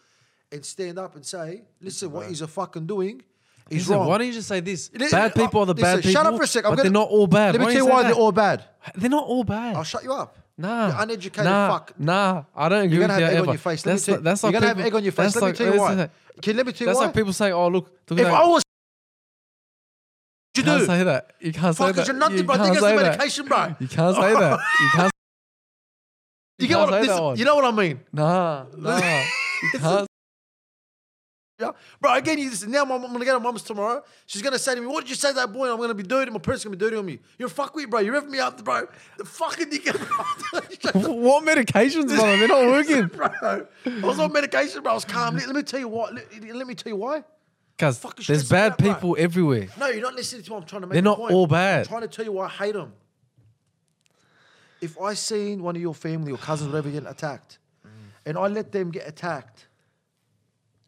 and stand up and say, listen, what he's a fucking doing is
Listen,
wrong.
why don't you just say this?
Li-
Bad people are the
listen,
bad people.
Shut up for a sec. I'm
but they're
gonna-
not all bad.
Let me tell you
say
why
that?
they're all bad.
They're not all bad.
I'll shut you up.
Nah,
You're uneducated
nah,
fuck.
Nah, I don't agree
You're gonna
with
have
you
egg on
ever.
your face. Let
That's
me
like,
tell,
that's like
you're gonna
people-
have egg on your face.
that's
Let
like-
me tell you
that's
why.
like-
Can let me tell you
That's
why.
like people saying, "Oh, look, look
if
at that."
I was, you
you can't
do.
say that. You can't say
Fuck,
that.
you're nothing,
you
bro. I
can't
think that's the
say that.
medication, bro.
You can't say that. You can't.
You get what
can't say
this,
that one.
You know what I mean?
Nah, nah. You can't.
Yeah, bro. Again, you listen. Now I'm, I'm gonna go to mom's tomorrow. She's gonna say to me, "What did you say to that boy?" And I'm gonna be dirty. My parents are gonna be dirty on me. You're a fuckwit, bro. You're effing me up, bro. The fucking dickhead,
Wh- what medications, brother? They're not working.
bro. I was on medication, bro. I was calm. Let, let me tell you why. Let, let me tell you why.
Cause
Fucking
there's
stress me
bad
out, bro.
people everywhere.
No, you're not listening to what I'm trying to make.
They're
a
not
point.
all
I'm
bad.
trying to tell you why I hate them. If I seen one of your family or cousins, whatever, getting attacked, and I let them get attacked,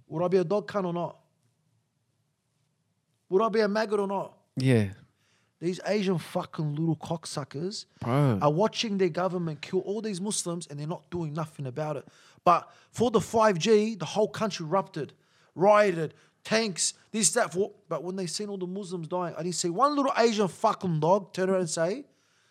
would I be a dog cunt or not? Would I be a maggot or not?
Yeah,
These Asian fucking little cocksuckers
Bro.
are watching their government kill all these Muslims and they're not doing nothing about it. But for the 5G, the whole country erupted, rioted, tanks, this, that. For, but when they seen all the Muslims dying, I didn't see one little Asian fucking dog turn around and say,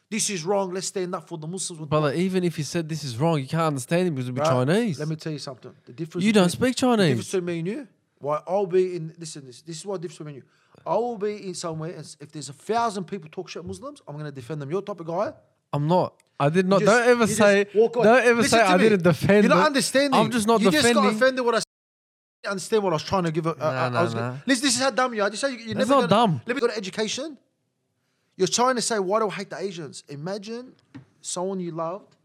This is wrong, let's stand up for the Muslims. With
brother. Even if you said this is wrong, you can't understand him because it'll be Chinese.
Let me tell you something. The difference
you don't
between-
speak
the
Chinese.
difference between me and you, why I'll be in listen this this is what the difference between you. I will be in somewhere and s- if there's a thousand people talk shit Muslims, I'm gonna defend them. You're the type of guy.
I'm not. I did not.
you just-
don't ever
you just
say.
walk away.
Don't ever
Listen
say
to
I
me.
didn't defend.
You're not
it.
understanding.
I'm just not
you
defending.
just got offended what I s- understand what I was trying to give. A, a-
Nah,
a-
nah,
I was,
nah.
Listen, this is how dumb you are. Just say you, you're
That's
never
not
gonna-
dumb.
Let me go to education. You're trying to say why do I hate the Asians? Imagine someone you loved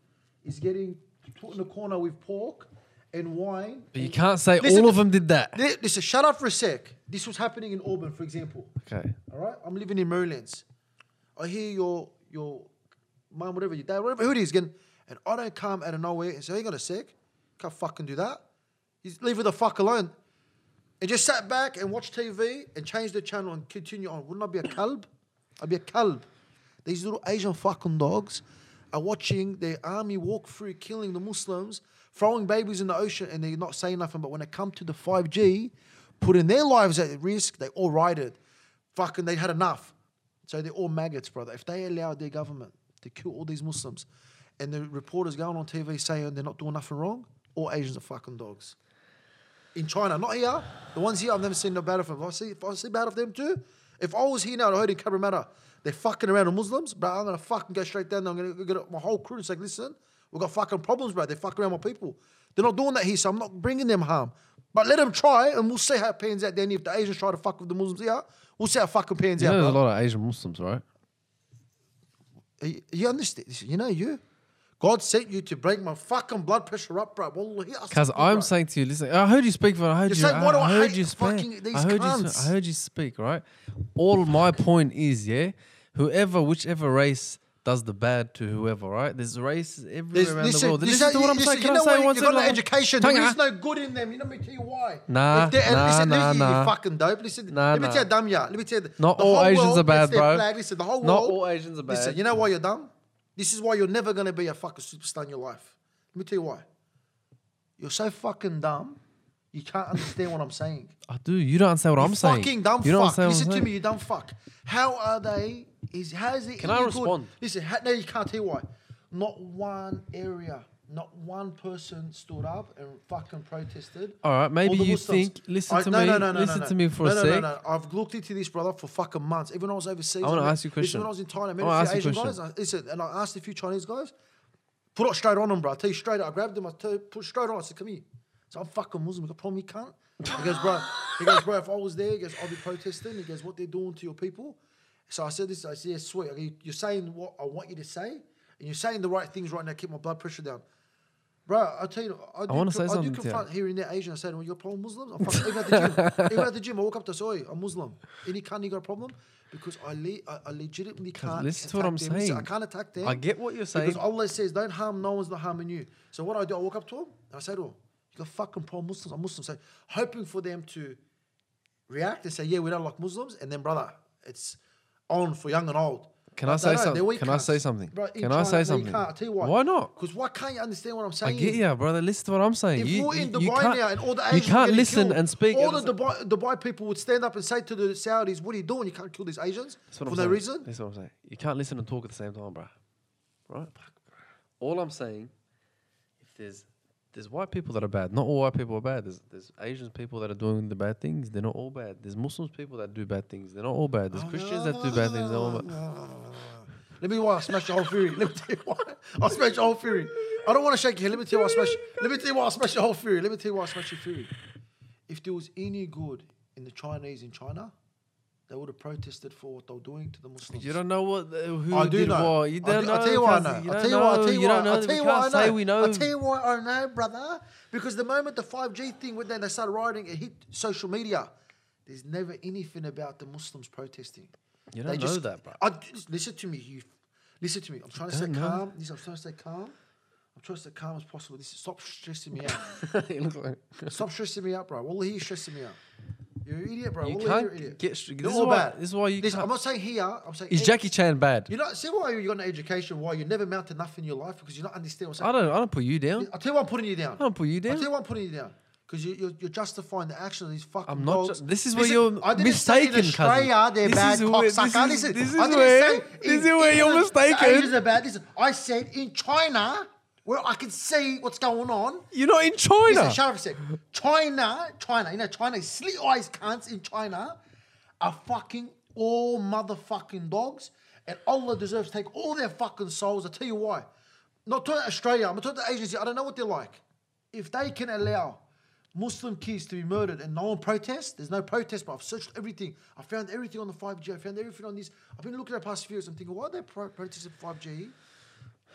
is getting put in a corner with pork and wine.
But you can't say
Listen
all
to-
of them did that.
Li- Listen, shut up for a sec. This was happening in Auburn, for example.
Okay.
All right, I'm living in Merlin's. I hear your your mom, whatever your dad, whatever who it is, again, and I don't come out of nowhere and say, "Hang on a sec, can't fucking do that." He's leave her the fuck alone, and just sat back and watched TV and changed the channel and continue on. Wouldn't I be a calb? I'd be a calb. These little Asian fucking dogs are watching their army walk through, killing the Muslims, throwing babies in the ocean, and they're not saying nothing. But when it come to the five G, putting their lives at risk, they all ride it fucking they had enough. So they're all maggots, brother. If they allow their government to kill all these Muslims and the reporters going on TV saying they're not doing nothing wrong, all Asians are fucking dogs. In China, not here. The ones here, I've never seen no bad of them. If I see, if I see bad of them too, if I was here now and I heard in Cabramatta, they're fucking around with Muslims, but I'm gonna fucking go straight down there. I'm gonna get my whole crew and say, listen, we've got fucking problems, bro. They're fucking around my people. They're not doing that here, so I'm not bringing them harm. But let them try, and we'll see how it pans out then. If the Asians try to fuck with the Muslims here, we'll see how it fucking pans
You
out.
know,
bro.
there's a lot of Asian Muslims, right?
You, you understand? You know you. God sent you to break my fucking blood pressure up, bro. Wallahi, I
Because
said,
I'm
bro.
saying to you, listen, I heard you speak, but I heard
You're
you.
saying,
I,
why do I
heard
hate
you speak.
fucking these
I heard you.
cunts?
sp- I heard you speak. Right. All my point is, yeah, whoever, whichever race does the bad to whoever, right? There's races everywhere
There's-
around
listen,
the world.
this
Listen,
is-
to what I'm
listen,
saying. Can
you know
I say
what?
once
You've got
in a
no
while?
education.
Hang
There
on.
is no good in them. You know, let me tell you why.
Nah,
If they- and
nah,
listen,
nah,
listen,
nah.
You fucking dope. Listen,
Nah,
let me
nah.
tell you how dumb you are. Let me tell you.
Not
the
all
whole
Asians
world
are bad,
gets their
bro.
Flag. Listen, the whole
Not
world.
all Asians are
Listen,
bad.
you know why you're dumb? This is why you're never going to be a fucking superstar in your life. Let me tell you why. You're so fucking dumb, you can't understand what I'm saying.
I do. You don't understand what I'm
you
saying.
Fucking dumb
you don't
fuck.
understand what I'm
Listen to
saying.
me, you dumb fuck. How are they? Is how is it?
Can
any
I
good?
respond?
Listen, how, no, you can't tell why. Not one area, not one person stood up and fucking protested.
All right, maybe
the
you
Muslims.
think- listen to
no,
me-
No, no, no,
listen
no, no.
to me for a
no, no,
sec.
No, no, I've looked into this, brother, for fucking months. Even when I was overseas.
I wanna
met-
ask you a
Listen,
question.
when I was in Thailand, I
I wanna
met a
ask
few
you a
Asian
question.
guys. and I- Listen, and I asked a few Chinese guys put it straight on him, bro. I tell you straight up. I grabbed him, I tell, put it straight on. I said, come here. So I'm fucking Muslim. You got a problem, you can't. He goes, bro. He goes, bro, if I was there, he goes, I'll be protesting. He goes, what they're doing to your people. So I said this, I said, yeah, sweet. I go, you're saying what I want you to say, and you're saying the right things right now, keep my blood pressure down. Bro, I tell you, I do,
wanna
co-
say
I
something
do
to you.
confront here in that Asian. I said, well, you're Oh, a problem Muslim? I'm fucking, even, at the gym, even at the gym, I walk up to say, I'm Muslim. Any cunt, you got a problem? Because I, le- I, I legitimately can't.
listen to what
attack
I'm
them. Listen, I
saying.
can't attack them.
I get what you're saying.
Because Allah says, don't harm no one's not harming you. So what I do, I walk up to him and I say to him, you got fucking pro Muslims, I'm Muslim. So hoping for them to react and say, yeah, we don't like Muslims. And then, brother, it's on for young and old.
Can
But
I
they
say
don't,
some-
they're weak
can I
cunts.
say something?
Bro, in
Can
China,
I say
no, you
something?
can't. I'll tell you why.
Why not?
Because why can't you understand what I'm
I
saying?
get you, brother. Listen to what I'm saying.
If
you,
we're in
you-
Dubai
you can't,
now and all the
you
Asians are
can't
getting
listen
killed,
and speak.
all
at
the
the
Dubai, Dubai people would stand up and say to the Saudis, what are you doing? You can't kill these Asians
That's
for
what
no
I'm saying.
reason.
That's what I'm saying. You can't listen and talk at the same time, bro. Right? All I'm saying, if there's there's white people that are bad, not all white people are bad. There's there's Asian people that are doing the bad things. They're not all bad. There's Muslims people that do bad things. They're not all bad. There's Christians that do bad things. They're all bad.
Let me why I smash the whole theory. Let me tell you why I smash the whole theory. I don't want to shake your head. Let me tell you why I smash. Let me tell you why I smash the whole theory. Let me tell you why I smash your theory. If there was any good in the Chinese in China, they would have protested for what they were doing to the Muslims.
You don't know what the- who
I do
did
know.
what. You
I
don't
do,
know.
I tell you what I know.
cousin. You
I
don't
tell you what I
know.
tell you
You
what
don't
I
know.
tell you
We
what
can't
I
say
know.
we know.
I tell you what I know, brother. Because the moment the five G thing went down, they started rioting. It hit social media. There's never anything about the Muslims protesting.
You
They
don't know
just-
that, bro.
I, just listen to me, you. Listen to me. I'm trying to stay
don't know.
calm. Listen, I'm trying to stay calm. I'm trying to stay calm as possible. This is, stop stressing me out.
You look like-
Stop stressing me out, bro. Wallahi, you're stressing me out. You're an idiot, bro.
You
Wallahi, you're an
can't
idiot.
get. str-
You're
This is
all
why.
bad.
This is why you.
Listen, I'm
can't-
not saying here. I'm saying
Is
any-
Jackie Chan bad?
you know, see why you got an education, why you never amount to nothing in your life because you don't understand what's
I
happening.
don't. I don't put you down.
I'll tell you why I'm putting you down.
I don't put you
I'll
down.
tell you why I'm putting you down. Because you, you're, you're justifying the action of these fucking
I'm not.
dogs.
Ju- this is where
Listen,
you're
I didn't say
mistaken,
in Australia
cousin.
they're
This
bad
is where- this
cocksucker.
is-
Listen, I
this is
didn't
where-
say
this is where you're
England the
mistaken.
Asians are bad. Listen, I said in China, where I can see what's going on,
You're not in China.
Listen, shut up a sec. China, China, you know, China, slit eyes cunts in China are fucking all motherfucking dogs. And Allah deserves to take all their fucking souls. I tell you why. Not talking about Australia, I'm talking about the agency. I don't know what they're like. If they can allow Muslim kids to be murdered and no one protests, there's no protest, but I've searched everything. I found everything on the 5G, I found everything on this. I've been looking at the past few years, I'm thinking, why are they pro- protesting 5G?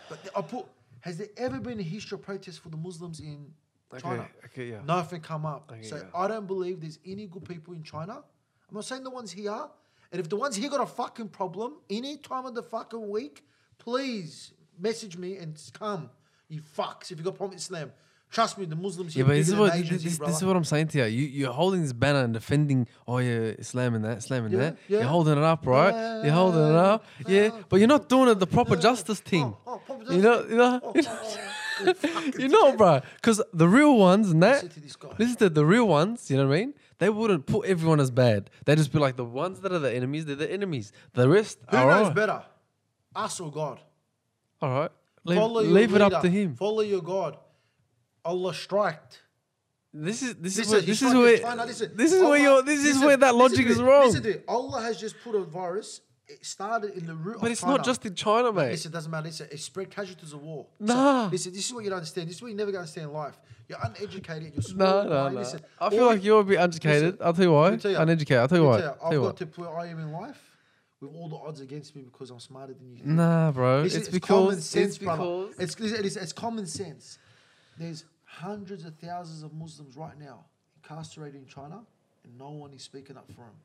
But the- I put, has there ever been a history of protest for the Muslims in China?
okay, yeah.
Nothing come up. so
yeah.
I don't believe there's any good people in China. I'm not saying the ones here. And if the ones here got a fucking problem, any time of the fucking week, please message me and s- come. You fucks, if you got problem with Islam. Trust me, the Muslims
Yeah,
here
but
are
this
bigger
is
than
what
Asians
this,
here,
this,
brother.
is what I'm saying to you. you. You're holding this banner and defending, oh yeah, Islam and that, Islam and
Yeah,
that.
yeah.
You're holding it up, right?
Yeah,
you're holding it up, yeah. But you're not doing it the proper justice thing.
oh, proper
you know, you know,
Oh,
you know, bro. Because the real ones and that,
Listen to this guy.
listen to the real ones. You know what I mean? They wouldn't put everyone as bad. They just be like the ones that are the enemies. They're the enemies. The rest
Who
are
knows
all-
better? Us or God?
all right. Leave,
Follow your
leave it
leader.
up to him.
Follow your God. Allah striked.
This is this is
Listen,
where
he's
this is
trying to-
where
he's trying to- listen,
this is where
Allah-
you're this is
listen,
where that
listen
logic
to
is
it,
wrong.
Listen to it. Allah has just put a virus. It started in the root.
But it's not just in China, mate.
Oh, Listen, it doesn't matter. Listen, it spread casualties of war.
Nah.
So, listen, this is what you don't understand. This is what you never gonna understand in life. You're uneducated. You're small.
No, no,
mind.
no.
Listen,
I feel
all
like you're a bit uneducated. I'll tell you why.
Let me tell you.
Uneducated. I'll tell you
Let me
why.
tell you,
Tell you
I've
why.
got to where I am in life with all the odds against me because I'm smarter than you. think.
Nah, bro.
This
It's,
is-
because it's
brother.
because
It's, it's, it's common sense. There's hundreds of thousands of Muslims right now incarcerated in China, and no one is speaking up for them.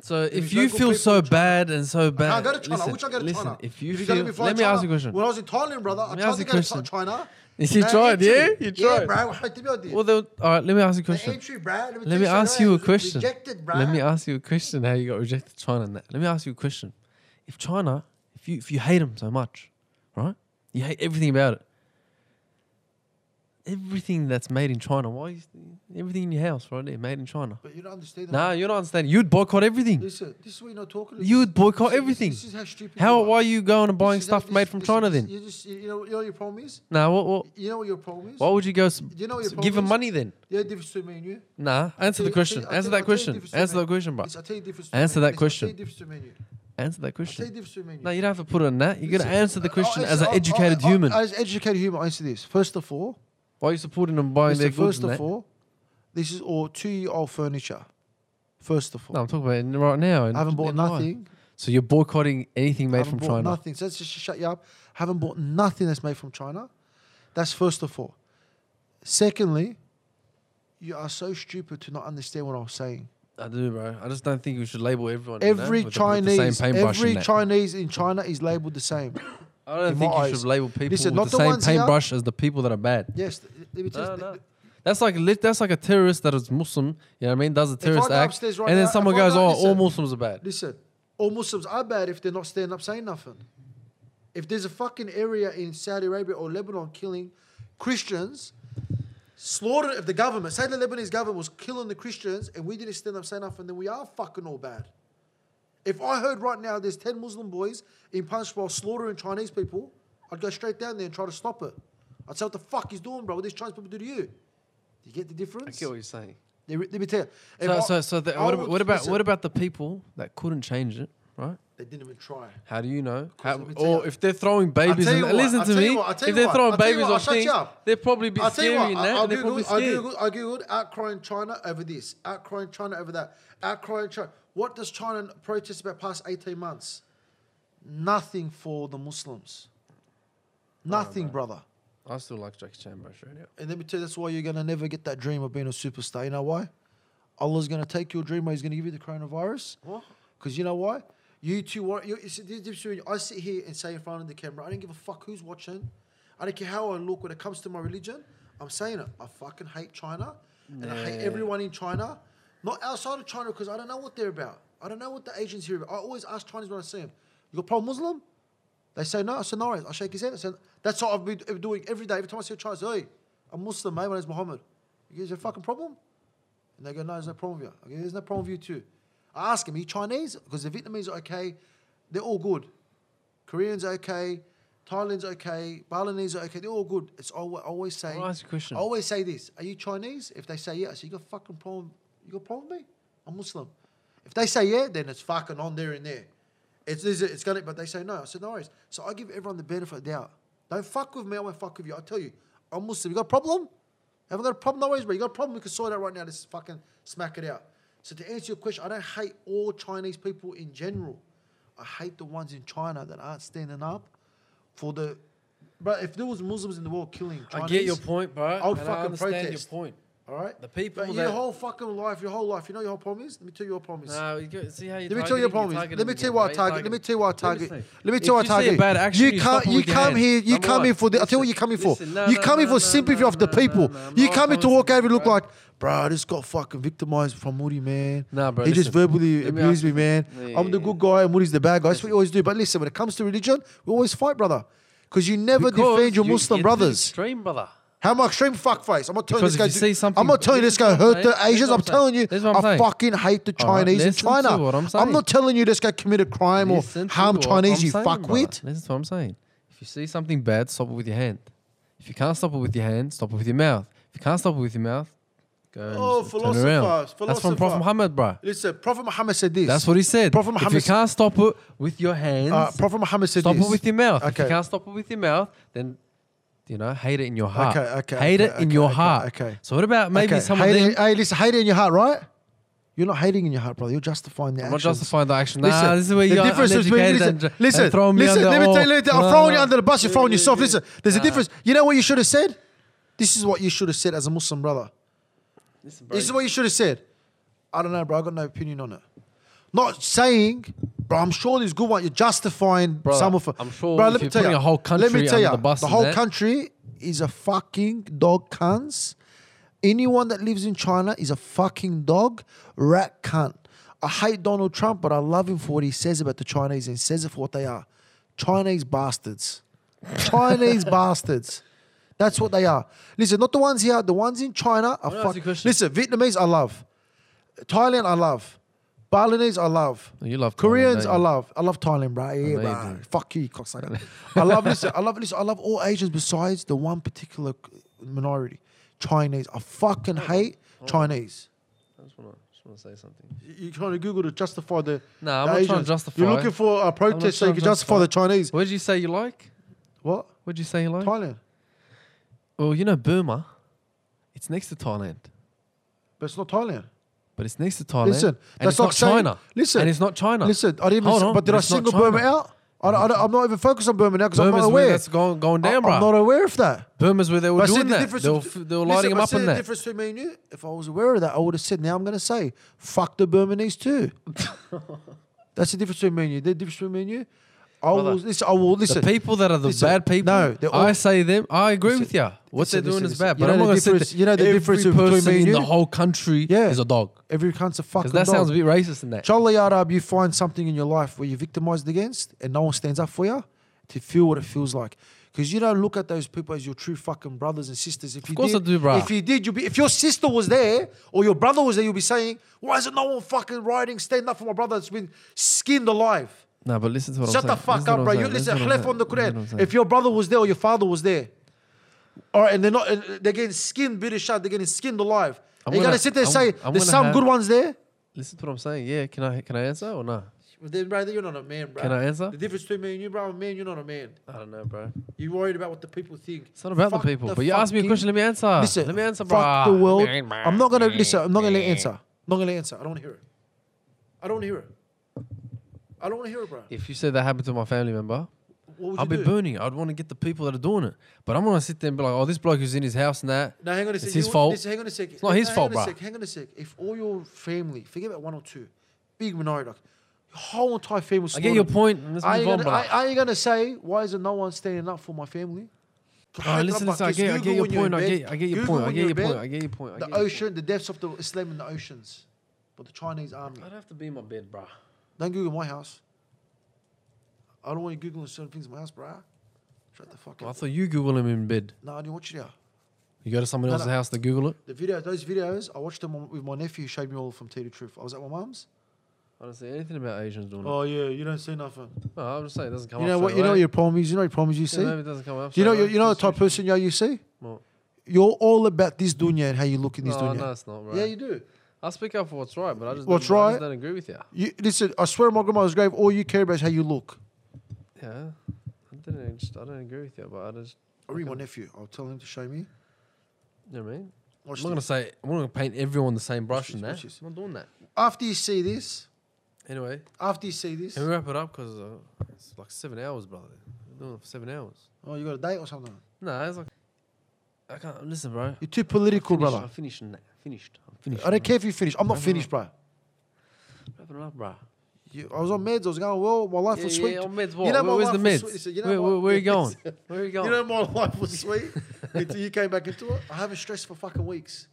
so if
there's
you
local
feel
people
so
in China.
bad and so bad.
I go to China.
Listen,
I wish I go to
listen,
China.
If you,
gotta
feel,
be flying
let me
China.
ask you a question.
When I was in Thailand, brother, I
me
tried
ask
to
you
go
a question.
to China.
Yes, you
They
tried,
entry.
yeah? You
Yeah,
tried.
bro. I did what I did.
Well, then, all right. Let me ask you
the
a question.
entry, bro. Let me,
Let me
tell straight
ask
away,
you
it
a
was
question.
Rejected, bro.
Let me ask you a question. How you got rejected China and that? Let me ask you a question. If China, if you if you hate them so much, right? You hate everything about it. Everything that's made in China. Why? Is, everything in your house right there made in China.
But you don't understand.
Nah, you're not understanding. You'd boycott everything.
Listen, this is what you're not talking.
You'd boycott
This is-
everything.
This is how stupid.
How?
you are.
Why are you going
This
and buying
is how-
stuff
this-
made from
this-
China
this-
then?
You just, you know, you know what your problem is.
Nah. What? What?
You know what your problem is.
Why would you go? S-
You know what your
s- give
problem
them
is?
money then?
Yeah, difference between me and you.
Nah. Answer the
I'll tell you-
question.
I'll tell
Answer
you- I'll tell you
that question.
difference
Answer
between
that question,
me.
bro.
It's- I'll tell you difference between me.
Answer that
It's-
question.
I'll tell you difference between you.
Answer that
I'll tell you
question.
difference between
No,
you.
you don't have to put it on that. You got to
Listen,
answer the
I-
question
I'll-
as an
I'll-
educated
I'll-
human.
As educated human, I answer this. First of all,
Why are you supporting them buying
listen,
their goods?
first
and
of
that?
all, this is all two-year-old furniture. First of all,
No, I'm talking about it right now. in-
I haven't bought
in life.
nothing.
So you're boycotting anything made
haven't
from
bought
China.
Nothing. So let's just shut you up. Haven't bought nothing that's made from China. That's first of all. Secondly, you are so stupid to not understand what I was saying.
I do, bro. I just don't think we should label everyone. you know,
Every
with the- with the same
Chinese,
paintbrush and
every
that.
Chinese in China is labeled the same.
I
in
don't
my
think you
eyes.
should label people
Listen, not
with the,
the
same
ones here.
paintbrush as the people that are bad.
Yes, th- let me
No,
tell you.
no. That's like lit- that's like a terrorist that is Muslim. You know what I mean? Does a terrorist
go
act,
upstairs right
and then
now-
someone
if I
goes,
go-
"Oh, all
listen.
Muslims are bad."
Listen, all Muslims are bad if they're not standing up saying nothing. If there's a fucking area in Saudi Arabia or Lebanon killing Christians, slaughtered if the government, say the Lebanese government was killing the Christians and we didn't stand up saying nothing, then we are fucking all bad. If I heard right now there's 10 Muslim boys in Punchbowl slaughtering Chinese people, I'd go straight down there and try to stop it. I'd say, what the fuck he's doing, bro? What these Chinese people do to you? Do you get the
I
difference?
get what you're saying.
Let me, let me tell you. If
So,
I-
so, so the,
I
what, about,
would-
what about
listen,
what about the people that couldn't change it, right?
They didn't even try.
How do you know?
Because
How-
let me tell
or
you-
if they're throwing babies,
tell
and,
you what,
listen
I'll
to
tell
me.
you what, I'll tell
if
you
they're
what,
throwing
I'll tell you
babies
what, I'll
off
shut you
things,
up.
they're probably a bit
I'll tell
scary
you
in
what,
that,
I, I,
and they're probably
Googled, I,
scared.
Googled, I Googled outcrying China over this, outcrying China over that, outcrying China. What does China protest about past 18 months? Nothing for the Muslims. Nothing, brother.
I still like Jackie Chan by Australia.
And let me tell you, that's why you're going to never get that dream of being a superstar. You know why? Allah's going to take your dream, or He's going to give you the coronavirus.
What?
Because you know why? You two want. You, it's the difference between I sit here and say in front of the camera, I don't give a fuck who's watching. I don't care how I look when it comes to my religion. I'm saying it. I fucking hate China, and I hate
Nah.
everyone in China. Not outside of China because I don't know what they're about. I don't know what the Asians here about. I always ask Chinese when I see them, "You got problem Muslim?" They say no. I said no. worries." I shake his hand. I said that's what I've been doing every day. Every time I see a Chinese, hey, I'm Muslim, mate. My name's Muhammad. You guys, a fucking problem? And they go, no, there's no problem with you. I go, there's no problem with you too. I ask him, are you Chinese? Because the Vietnamese are okay. They're all good. Koreans are okay. Thailand's okay. Balinese are okay. They're all good. It's always, always say.
I'll ask you a question.
I always say this: Are you Chinese? If they say yes, I say, you got fucking problem. You got problem with me? I'm Muslim. If they say yeah, then it's fucking on there and there. It's it's, it's gonna. But they say no. I said no worries. So I give everyone the benefit of the doubt. Don't fuck with me. I won't fuck with you. I tell you, I'm Muslim. You got a problem? Haven't got a problem? No worries, bro. You got a problem? We can sort it out right now. Let's fucking smack it out. So to answer your question, I don't hate all Chinese people in general. I hate the ones in China that aren't standing up for the. But if there was Muslims in the world killing Chinese,
I get your point, bro.
I'll
and I
fucking
understand
protest.
your point.
all right?
The people
But your
that-
whole fucking life, your whole life, you know your whole problem is? Let me tell you your problem is.
Nah, you go, see how you.
Let me tell you your problem is. Let me tell you what I target. Let me tell you what I target. Let me tell you what I target.
Bad action,
you come,
stop 'em
you
with your
come
hand.
here. You
Number
come
one.
here for. The, I tell you what
Listen,
you're coming for.
listen, no,
you
no,
come here
no,
for
no,
sympathy
no,
of the
no,
people.
no, no, I'm
you
not
come here to
coming
walk
for
over and look
bro.
like, bro, this got fucking victimized from Moody, man.
Nah, bro,
He just
listen.
verbally
Let me
abused
ask
me,
you-
man.
Yeah,
I'm the
yeah,
good guy and Moody's the bad guy. That's what you always do. But listen, when it comes to religion, we always fight, brother. Because you never defend your Muslim brothers.
Stream, brother.
How am I extreme fuckface? I'm not telling
Because
this guy.
if you
do-
see something-
I'm not telling you this
This
guy
is what I'm
hurt the
saying. This is
Asians.
what
I'm
I'm saying.
telling you,
This is what I'm
I
saying.
fucking hate the
All right,
Chinese in
listen to
China.
what I'm
I'm
saying.
not telling you this guy committed crime or
Listen to
harmed
what
Chinese.
I'm
You
saying,
fuckwit.
brother. Listen to what I'm saying. If you see something bad, stop it with your hand. If you can't stop it with your hand, stop it with your mouth. If you can't stop it with your mouth, go and
Oh,
s- turn around.
philosopher,
That's from
philosopher.
Prophet Muhammad, bro.
Listen, Prophet Muhammad said this.
That's what he said.
Prophet
if you
Muhammad-
can't stop it with your hands,
uh, Prophet Muhammad said
stop
this.
it with your mouth. If you
Okay.
can't stop it with your mouth, then you know, hate it in your heart.
Okay, okay,
Hate it
okay,
in
okay,
your
okay,
heart.
okay.
So what about maybe
okay,
some of
hating-
them?
Hey, listen, hating in your heart, right? You're not hating in your heart, brother. You're justifying the
I'm not
actions.
justifying the action. Nah, this is where you
the
are
difference between
uneducated
listen,
and, dr-
listen,
and throw me
listen,
under.
let me
oh,
tell you,
no,
I'm
no,
throwing
no.
you under the bus. You're
Yeah,
throwing
yeah,
yourself.
yeah.
Listen, there's a
Nah.
difference. You know what you should have said? This is what you should have said as a Muslim brother.
Listen, bro,
This is what you should have said. I don't know, bro. I got no opinion on it. Not saying, bro. I'm sure there's good one. You're justifying
Brother,
some of it.
I'm sure
bro,
if
let me
you're
tell
putting
you,
a whole
let me
country
tell you,
under the bus and
whole
that-
country is a fucking dog cunts. Anyone that lives in China is a fucking dog rat cunt. I hate Donald Trump, but I love him for what he says about the Chinese and says it for what they are. Chinese bastards. Chinese bastards. That's what they are. Listen, not the ones here, the ones in China are
me ask you a
fucking.
question.
Listen, Vietnamese I love. Thailand I love. Balinese I love.
Oh, You love Thailand,
Koreans
don't
I
you?
love. I love Thailand, bro. Yeah,
know you
bro. Fuck you, you cocksucker. I love listen. I love listen. I love all Asians besides the one particular minority, Chinese. I fucking hate Chinese.
I just want to say something.
You're trying to Google to justify the.
Nah,
the
I'm not trying to
Asians.
justify.
You're looking for a protest so you
trying
can
to
justify the Chinese.
What did you say you like?
What?
What did you say you like?
Thailand.
Well, you know Burma, it's next to Thailand,
But it's not Thailand.
but it's next to Thailand.
Listen,
and
that's
it's
like
not
saying-
China.
listen,
and it's not China.
Listen, I didn't.
Hold
even,
on,
but did I
it's not
single
China.
Burma out? I, don't- I, don't- I'm not even focused on Burma now because I'm
Burma's
not
where
aware.
that's going going
I-
down, bro.
I'm not aware of that.
Burma's where they were
But I see
doing
the
that.
difference.
They were,
bet-
f- they were
listen,
lighting them
I
up
see
in
the
that.
difference between me and you. If I was aware of that, I would have said. Now I'm going to say, fuck the Burmese too. That's the difference between me and you. The difference between me and you. I will
Brother,
listen. I will listen.
The people that are the
listen,
bad people,
no, they're all-
I say them. I agree with you. What
listen,
they're doing
listen,
is bad,
listen. You
but
know the
I'm not going to say
difference-
that
you know the
every
difference
person
between me and
in the
you?
whole country
Yeah.
is a dog.
Every cunt's a fucking
Because that
dog.
sounds a bit racist in that.
Jolly yard up, you find something in your life where you're victimized against and no one stands up for you to feel what it feels like. Because you don't look at those people as your true fucking brothers and sisters. If you
course
did,
I do, bruh.
If you did, you'll be if your sister was there or your brother was there, you'll be saying, Why isn't no one fucking riding, stand up for my brother that's been skinned alive?
No, but listen to what
Shut
I'm
the
saying.
fuck
to
up,
what
bro.
I'm
You
saying.
listen,
to what I'm
Khalif on the
saying. Listen to what I'm
Quran.
saying.
If your brother was there or your father was there, all right, and they're not, and they're getting skinned, bit of shot, they're getting skinned alive.
I'm
And you
gonna-
gotta sit there and
I'm-
say,
I'm
there's
gonna
some
have-
good ones there.
Listen to what I'm saying. Yeah, can I can I answer or nah?
Then, brother, you're not a man, bro.
Can I answer?
The difference between me and you, bro, I'm a man, you're not a man.
I don't know, bro.
You're worried about what the people think.
It's not about
Fuck
the people. but you asked me a
fucking-
question. Let me answer.
Listen,
let me answer, bro.
fuck the world. I'm not gonna listen. I'm not gonna let you answer. I'm not gonna let you answer. I don't wanna hear it. I don't wanna hear it. I don't wanna hear it, bro.
If you said that happened to my family member,
What would
I'll
you
be
do?
burning. it. I'd want to get the people that are doing it. But I'm gonna sit there and be like, oh, this bloke who's in his house and that.
Now, hang on a sec.
It's his
You-
fault.
this- hang on a sec. It's
not his fault, bruh.
Hang on a sec. If all your family, forget about one or two, big minority, like, your whole entire family. was
I get your
slaughtered.
point. Let's
Are
move
you,
on,
gonna,
bro.
are, are you gonna say why isn't no one standing up for my family?
Bro, listen, listen. I
Just
get, I
Google
get your
when you're in
point. I
bed.
get, I get your
Google
point. I
when
get
you're
your
in
point.
bed.
I get your point. I get
The
your point.
ocean, the depths of the Islam in the oceans, but the Chinese army.
I'd have to be in my bed, bro.
Don't Google my house. I don't want you googling certain things in my house, bruh. Shut the fuck
I
up.
thought you Google him in bed.
No, I didn't watch it. Out.
You go to someone
No,
else's
no.
house to Google it.
The videos, those videos, I watched them on- with my nephew. Who showed me all from Tea to Truth. I was at my mum's.
I don't see anything about Asians doing it.
Oh yeah, you don't see nothing.
No, I'm just saying it doesn't come
you
up.
know what?
straight
You know
away.
what your problem is. You know your problem is. You
Yeah,
see.
maybe it doesn't come up.
you know
straight
you
away.
you know the
That's
type of
true.
person you are. You see.
Well,
You're all about this dunya and how you look in this
No,
dunya.
no, it's not, bro.
Yeah, you do.
I speak up for what's right, but I just,
What's
don't, I
right?
just don't agree with you.
You listen. I swear, on my grandma's grave. All you care about is how you look.
Yeah, I didn't. Just, I don't agree with you, but I just.
I read my nephew. I'll tell him to show me.
You know what I mean?
Watch
I'm not gonna
this.
say I'm not gonna paint everyone the same brush
Watch
and
this,
that.
watch this.
I'm not doing that.
After you see this,
Anyway,
after you see this,
can we wrap it up? Cause uh, it's like seven hours, brother. We're doing it for seven hours.
oh, you got a date or something.
No, it's like I can't listen, bro.
You're too political,
Finish,
brother.
I'm finished. now. Finished. I'm finished.
I don't care if you finish. I'm not
Wrap it
finished, bro.
Wrap it up, bro.
You, I was on meds. I was going well. My life
Yeah,
was
yeah,
sweet.
on meds. What?
You know
where,
my
where's the
wife was sweet. She
meds?
said, you know
where,
what?
where, where are you
Yeah.
going? Where are you going?
You know my life was sweet until you came back into it. I haven't stressed for fucking weeks.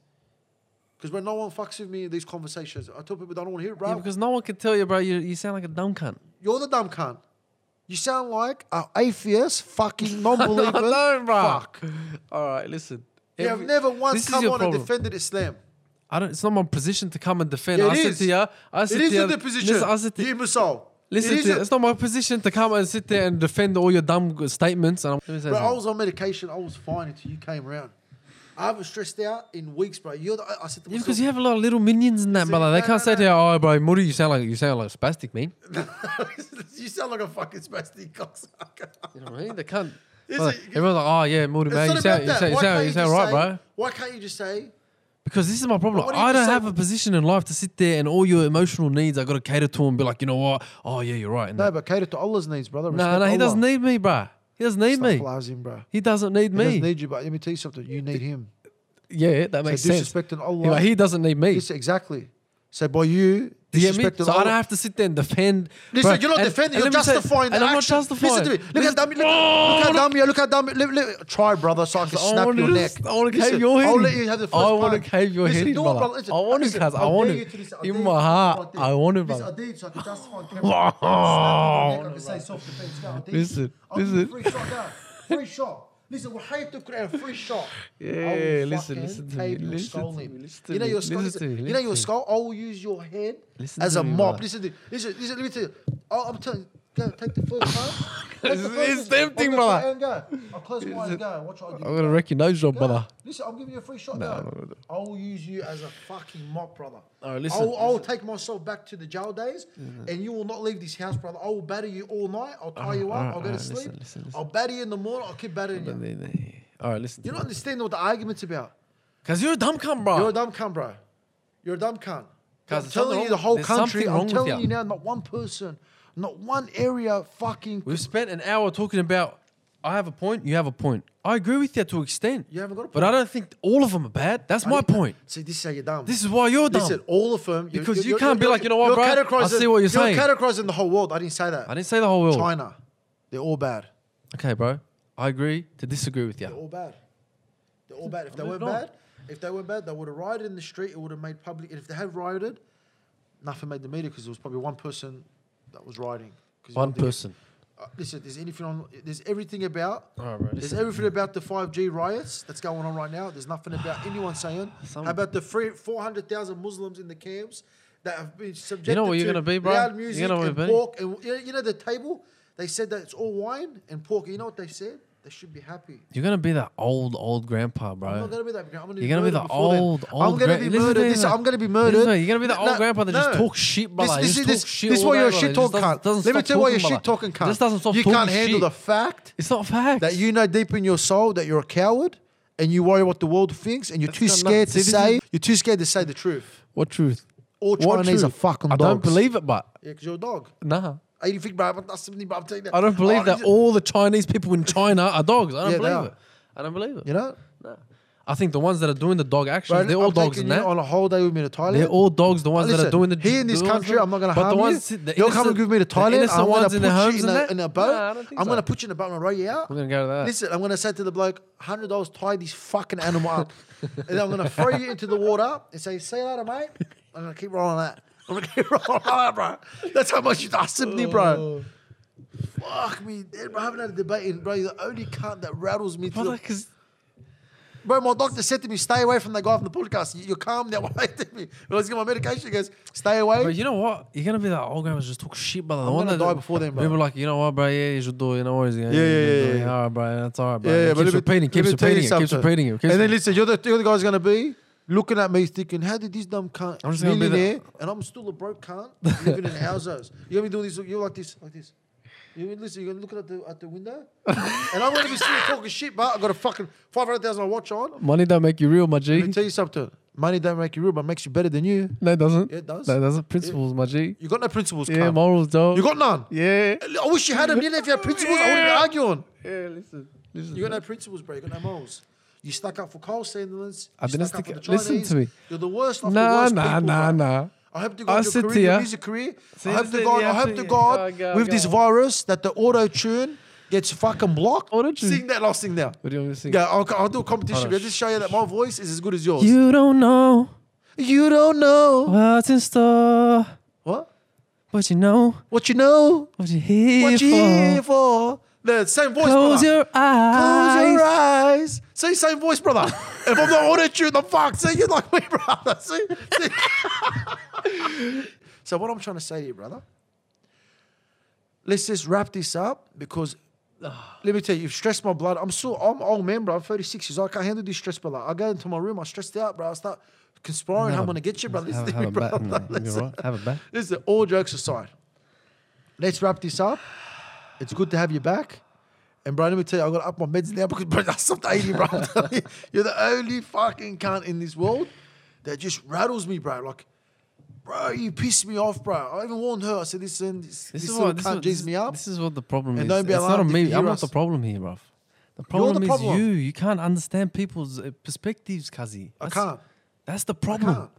Because when no one fucks with me in these conversations, I tell people they don't want to hear it, bro.
yeah, because no one can tell you, bro. You, you sound like a dumb cunt.
You're the dumb cunt. You sound like an atheist, fucking non-believer.
I don't, bro.
Fuck.
All right, listen.
You have
Every-
never once
this is
come
your
on
problem.
and defended Islam.
I don't. It's not my position to come and defend.
Yeah, it
I
is.
sit here. I sit
It is
here,
in the position.
Listen, I sit,
you imbecile.
listen
it is
to,
a-
it's not my position to come and sit there and defend all your dumb g- statements. And I'm, let me say
Bro, I
something.
was on medication. I was fine until you came around. I haven't stressed out in weeks, bro. You're the, I- I said to
Yeah,
myself,
because you have a lot of little minions in that,
See,
brother. They
no,
can't
no,
say
no.
to you, "Oh, bro, Moody, you sound like you sound like a spastic, man."
you sound like a fucking spastic cocksucker.
You know what I mean? They can't.
Is
brother,
it-
everyone's like, "Oh yeah, Moody,
It's
man,
not
you
about
sound, you
that.
sound, you
Why can't
sound,
you
you sound
just
right,
say-
bro."
Why can't you just say,
Because this is my
But
problem.
what do you
I
just
don't
say-
have a position in life to sit there and all your emotional needs. I got to cater to and be like, you know what? Oh yeah, you're right. and
no,
that.
but cater to Allah's needs, brother.
No, no, he doesn't need me, bro. He doesn't need me.
Lazim, bro.
He doesn't need
He
me.
doesn't need you, but let me tell you something. You need him.
yeah, that makes
so
sense.
disrespecting
Yeah,
Allah.
but he doesn't need me.
Yes, exactly. So by you
Do you get me?
disrespecting
So I don't
Allah.
have to sit there and defend.
Listen,
Bruh,
you're not
and-
defending.
and
You're
let me say-
justifying.
and
the
I'm not
action.
justifying.
Listen to me. Look at
Listen-
dummy. Look, look at dummy. Look at dummy. Look, look, try, brother, so I can
I
snap
wanna
your neck.
just- I wanna cave
Listen,
your head
I'll
in.
let you have the first
I wanna
bite.
cave your
Listen,
head in,
do it,
brother.
brother. Listen,
I want to,
listen,
cuz. I
I'll
want
dare
to.
you listen. I'll
In
dare
my
you to
heart,
this. I'll
I
dare
want
you.
it,
Listen,
brother.
I'll dare you so I can justify on camera. I'll snap your neck. I can say self-defense. Go, I'll dare you.
Listen,
I'll give you
listen.
Free shot, go. Free shot. Listen, we're hate to create a free shot. I will
Yeah, listen,
fucking
listen to
cave
me,
your
listen
skull
to
in.
me, listen to
You know
me,
your skull.
listen to me,
You know your
listen.
skull. I will use your head
Listen
as
to
a
me,
mop.
brother.
Listen to listen. Listen. Let me tell you. I'll- I'm telling. you, Go take the first time. Take the
It's-
first
it's
one. I'll go
tempting,
for
brother.
it and go. I'll close my eyes and go. Watch what I do.
I'm going to wreck your nose job,
Go.
Oh, brother.
Listen, I'm giving you a free shot.
No,
go.
no, no.
I will use you as a fucking mop, brother.
All right, listen, Mm-hmm.
I'll, I'll take myself back to the jail days, and you will not leave this house, brother. I will batter you all night. I'll tie you up.
all right,
I'll
all
go
right,
to
Uh-huh, listen,
sleep.
listen, listen.
I'll batter you in the morning. I'll keep battering you.
All right, listen.
You don't understand what the argument's about.
Because you're a dumb cunt, bro.
You're a dumb cunt, bro. You're a dumb cunt.
Oh. Guys,
I'm
there's
telling
something
you, the
wrong-
whole
there's
country.
something
I'm
wrong with
telling
you.
you now, not one person, not one area, fucking.
We've spent an hour talking about. I have a point. You have a point. I agree with you to an extent.
You haven't got a
But I don't think all of them are bad. That's my point.
See, this is how you're dumb.
This is why you're dumb.
Listen, all of them. you're-
Because
you're-
you
you're-
can't be
you're-
like, you know what,
you're
bro? I
categorising-
see what you're saying.
You're categorizing the whole world. I didn't say that.
I didn't say the whole world.
China, they're all bad.
Okay, bro. I agree to disagree with
They're
you.
all bad. They're all bad. If they
I'm
weren't
moving on.
bad, if they weren't bad, they would have rioted in the street. It would have made public. And if they had rioted, nothing made the media because there was probably one person that was rioting. 'Cause you
One
wanted to get-
person.
Uh, listen, there's anything on. There's everything about.
All right, bro.
There's
Listen.
everything about the 5G riots that's going on right now. There's nothing about anyone saying.
Some-
How about the free 400,000 Muslims in the camps that have been subjected
what you're
to
gonna be, bro?
loud
You're
music
gonna
and
be Benny.
pork. And you know- you know the table, they said that it's all wine and pork. You know what they said? They should be happy.
You're gonna be that old, old grandpa, bro.
I'm not gonna be that. gra- I'm gonna
You're gonna be
murdered
the
before then.
old, old.
I'm gonna
gra-
be
listen to
murdered.
me,
This, I'm
man.
gonna be
Listen to me,
murdered.
You're gonna be the
No,
old grandpa that just
no.
talk shit, brother.
This, this,
just
is
talk
this,
shit
this
all
why
day,
you're a
brother. He
shit
just
talking
doesn't-
cunt. Let
doesn't
me
stop
tell you why you're
talking,
shit
brother.
talking cunt.
Just doesn't stop
You
talking
can't handle
shit.
the fact
It's not facts.
that you know deep in your soul that you're a coward and you worry what the world thinks and you're too
got
scared
nothing-
to
See, this
say
is-
you're too scared to say the truth.
What truth?
All
What
Chinese are
truth?
fucking
I
dogs.
don't believe it, but
Yeah, because you're a dog.
nah.
I don't think, bro. I'm not something, bro. I'm telling you.
I don't believe
Oh,
that
you-
all the Chinese people in China are dogs. I don't
Yeah, they
believe
are.
it. I don't believe it.
You know,
Nah. I think the ones that are doing the dog actions,
Bro,
they're all
I'm
dogs
taking
in
you
that.
on a holiday with me to Thailand.
They're all dogs, the ones that are
Listen,
doing the
here in this
the ones
country,
that-
I'm not gonna
but
harm
the
you.
ones, that- the
You're coming
innocent-
with me to
the
Thailand.
innocent
I'm gonna
ones
put
in their homes
you
and
in a,
that?
in a
Nah, I
boat.
don't think
I'm
so.
gonna put you in a boat and row you out.
We're gonna go to that.
Listen, I'm gonna say to the bloke, hundred dollars, tie this fucking animal up, and then I'm gonna throw you into the water and say, "See you later, mate." I'm gonna keep rolling that. I'm gonna keep rolling that, bro. That's how much you asking me,
Oh.
bro. Fuck me, dude, bro. I haven't had a debate, in, bro. You're the only cunt that rattles me. To
Brother,
the,
'cause-
Bro, my doctor said to me, stay away from the guy from the podcast. You- You're calm now. Why to me? When I was getting my medication, he goes, stay away.
But you know what? You're gonna be that old grandma just talk shit, brother. The
I'm
one
gonna
that
die before then, bro.
People like, you know what, bro? Yeah, you should do. it. You know what? Yeah, yeah,
yeah, yeah, yeah.
All right, bro. That's all right, bro.
Yeah, yeah,
He
but
keeps
let me-
repeating,
let
keeps
me tell you
repeating it, keeps
something.
repeating it. keeps-
and then listen, you're the, you're the guy's gonna be looking at me, thinking, "How did this dumb cunt
I'm just gonna be the-
millionaire?" And I'm still a broke cunt living in houses. You're gonna be doing this. You're like this, like this. You mean listen? You're gonna look at the at the window, and I'm gonna be still talking shit, but I got a fucking five hundred thousand watch on.
Money don't make you real, my
Let me
G.
tell you something. Money don't make you real, but it makes you better than you.
No, it doesn't.
Yeah, it does.
No, it doesn't. Principles, my G.
You got no principles,
Yeah,
cunt.
morals don't.
you got none.
Yeah.
I wish you had them. You know, if you had principles, I wouldn't be
Yeah.
arguing.
Yeah, listen. Listen.
You got no principles, bro. You got no morals. You stuck up for coal sandals.
I
You
didn't
stuck up
stick
for
it-
the
listen
Chinese.
to me.
You're the worst of the
Nah,
worst
nah,
people,
nah,
bro.
nah.
I hope to
I
God your
said to
career, your
ya-
music career.
See,
I hope
see,
to God,
yeah,
I
see,
hope to
yeah.
God,
Go, go,
with this
go.
virus, that the auto tune gets fucking blocked.
Auto-tune?
Sing that last thing now.
What do you want me to sing?
Yeah, I'll, I'll do a competition.
Auto-
I'll just show you that my voice is as good as yours. You,
You don't know
don't know
what's in store,
what
but you know
what you know.
what you're here
What you
for.
here for? The same voice.
Close
brother.
your eyes.
Close your eyes. See, same voice, brother. if I'm not auto tuned, I'm fucked. See, you're like me, brother. See? See? so, what I'm trying to say to you, brother, let's just wrap this up because let me tell you, you've stressed my blood. I'm so, I'm old man, bro. I'm 36 years old. I can't handle this stress, brother. I go into my room, I'm stressed out, bro. I start conspiring how I'm
a-
going to get you, brother.
Have,
Listen to
have
me,
a bat.
brother.
mate. You
Listen.
alright? Have a bat.
Listen, all jokes aside, let's wrap this up. It's good to have you back. And bro, let me tell you, I got to up my meds now because bro, I stopped 80, bro. I'm telling you, You're the only fucking cunt in this world that just rattles me, bro. Like, bro, you pissed me off, bro. I even warned her. I said, listen, this, this, little cunt
this,
G's me up.
This is what the problem
And
is.
don't be
it's not
alarmed
on
if
me.
you
I'm
hear
not the
us.
problem here, bruv. The problem
the
is
problem.
you. You can't understand people's uh, perspectives, Kazi.
I
That's-
can't.
That's the problem.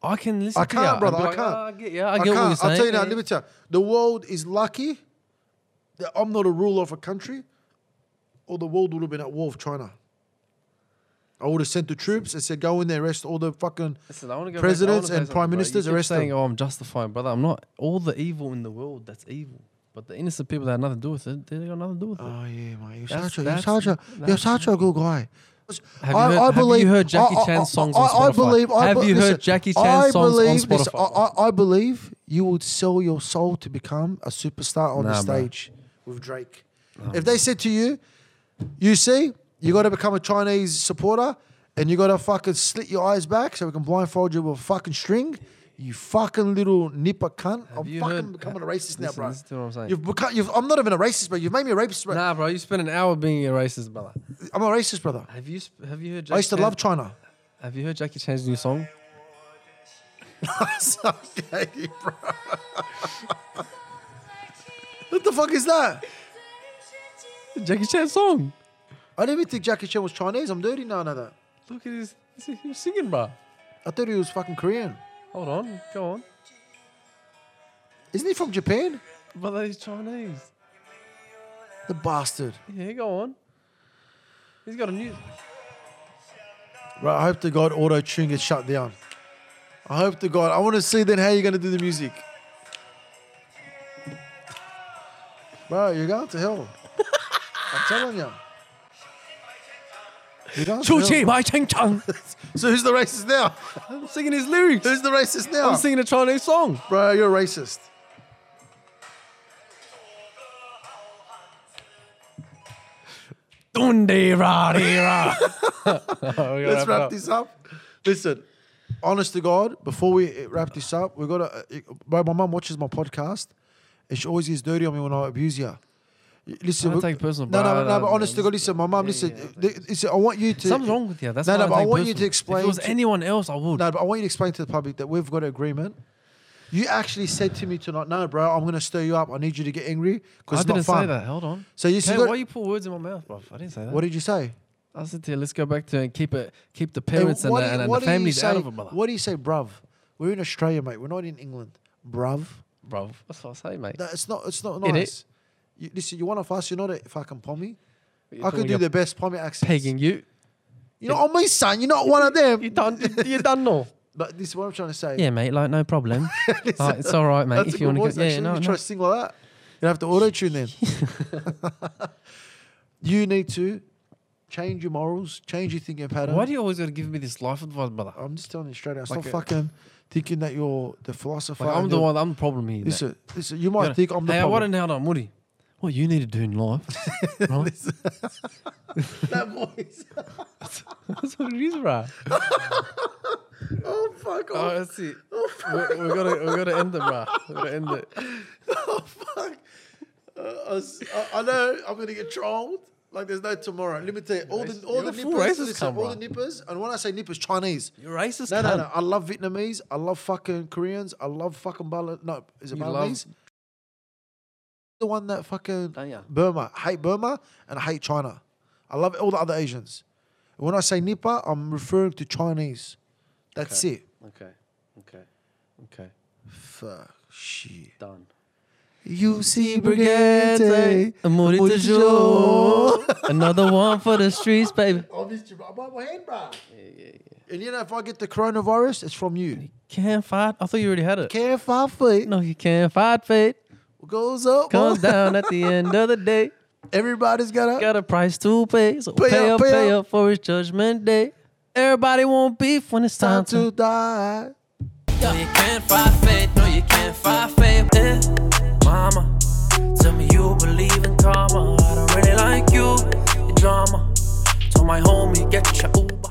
I,
can't.
can listen
I
to you.
can't,
I'd
brother.
be
I
like,
can't.
"Ah, I get, yeah, I, get what you're saying.
I'll tell you now,
yeah,
let me tell you. The world is lucky that I'm not a ruler of a country, or the world would have been at war with China. I would have sent the troops and said, go in there, arrest all the fucking.
Listen, I wanna go back- I wanna
presidents
say
and
something,
prime
bro. You
ministers
keep
arrest
saying,
them.
"Oh, I'm justifying, brother. I'm not. All the evil in the world that's evil, but the innocent people that have nothing to do with it, they got nothing to do with it.
Oh, yeah, mate. You're,
That's-
such a, you're,
that's-
such a, you're
that's-
such a good guy.
Have you heard- have you heard Jackie Chan's songs on Spotify? Have
be-
you heard Jackie Chan's songs on
believe- listen,
Spotify?
I, I, I believe you would sell your soul to become a superstar on the
Nah, bro.
stage with Drake. if they said to you, you see, you got to become a Chinese supporter and you got to fucking slit your eyes back so we can blindfold you with a fucking string. You fucking little nipper cunt. I'm
you
fucking
heard-
becoming a racist now,
listen,
bro.
listen to what I'm saying.
You've become, you've, I'm not even a racist, bro. You've made me a racist, bro.
Nah, bro, you spent an hour being a racist, brother.
I'm a racist, brother.
Have you sp- have you heard? Jackie
I used to
Chan-
love China.
Have you heard Jackie Chan's new song?
That's okay, bro. what the fuck is that?
Jackie Chan's song.
I didn't even think Jackie Chan was Chinese. I'm dirty now, know that.
Look at his. He was singing, bro.
I thought he was fucking Korean.
Hold on, go on.
Isn't he from Japan?
Brother, he's Chinese.
The bastard.
Yeah, go on. He's got a new.
Right, I hope to God auto tune gets shut down. I hope to God. I want to see then how you're going to do the music. Bro, you're going to hell. I'm telling you. You don't
Chu
know.
Chi, my Cheng Chang.
So who's the racist now?
I'm singing his lyrics.
Who's the racist now?
I'm singing a Chinese song.
Bro, you're racist.
Dundi ra di ra.
Let's wrap this up. Listen, honest to God, before we wrap this up, we got to. Bro, my mum watches my podcast, and she always gets dirty on me when I abuse her. Listen,
I
we-
take it personal,
No, no,
bro. I
no. But
don't-
honest to God, listen, my mum.
Yeah,
listen,
yeah, I
th- listen, I want you to.
Something's wrong with you. That's
no,
why
no.
I
But I
take
want you
personal.
to explain.
If it was
to-
anyone else, I would.
No, but I want you to explain to the public that we've got an agreement. You actually said to me tonight, "No, bro, I'm gonna stir you up. I need you to get angry
I
because it's
didn't
not fun."
say that. Hold on.
So you see,
Hey,
what,
why you put words in my mouth, bro? I didn't say that.
what did you say?
I said to you, let's go back to and keep it, keep the
Hey,
parents and,
what
the,
do you-
and,
what
the
do you
families out
say-
of it, brother.
What do you say, bruv? We're in Australia, mate. We're not in England, bruv.
bro, that's what I say, mate.
No, it's not. It's not
It
nice. You, listen, you want to fast? You're not a fucking pommy.
You're
I could
doing
do
your
the best pommy accent.
pegging you.
You know, I'm my son. You're not one of them.
You done, you, you done no.
But this is what I'm trying to say.
Yeah, mate. Like no problem. Like, it's all right, mate.
That's
if
a
you
good
want
voice,
to, go, yeah,
actually.
no,
you
no.
try to sing like that. You have to auto tune then. you need to change your morals, change your thinking pattern.
Why do you always got to give me this life advice, brother?
I'm just telling you straight out. Stop
Like a-
fucking thinking that you're the philosopher.
Like, I'm
and
the
you're-
one. I'm the problem here. mate.
Listen, listen. You
You
might
know,
think I'm the
hey,
problem.
Hey, what an on Woody. What you need to do in life, right?
that voice.
That's what it is, bro.
Oh fuck off.
Oh, that's it. We're, we're gonna we're gonna end it, bro. We're gonna end it.
oh fuck. Uh, I was- I, I know I'm gonna get trolled. Like there's no tomorrow. Let me tell you, all the all the
You're a full
nippers,
racist
listen,
cunt,
all
bro.
the nippers, and when I say nippers, Chinese.
You're racist.
No, no, no. I love Vietnamese. I love fucking Koreans. I love fucking Bal. No, is it
You love-
Balinese? The one that fucking
Don't ya?
Burma. I hate Burma and I hate China. I love all the other Asians. When I say Nipah, I'm referring to Chinese. That's it.
Okay. Okay. Okay.
Fuck. Shit.
Done.
UC
Amore
Amore toujours.
Another one for the streets, baby.
Obviously, bro. I'm on my hand, bro. Yeah, yeah, yeah. And you know, if I get the coronavirus, it's from you.
Can't fight. I thought you already had it.
Care if I fight,
No, you can't fight fate.
goes up.
Comes
boy.
down at the end of the day.
Everybody's got a.
Got a price to pay. So
Pay
pay,
up,
up,
pay
pay
up.
up. for his judgment day. Everybody want beef when it's
Time
time, to
to die.
No, you can't fight fate. No, you can't fight fate. Eh, mama, tell me you believe in karma. I don't really like you, your drama. Told my homie, get your Uber.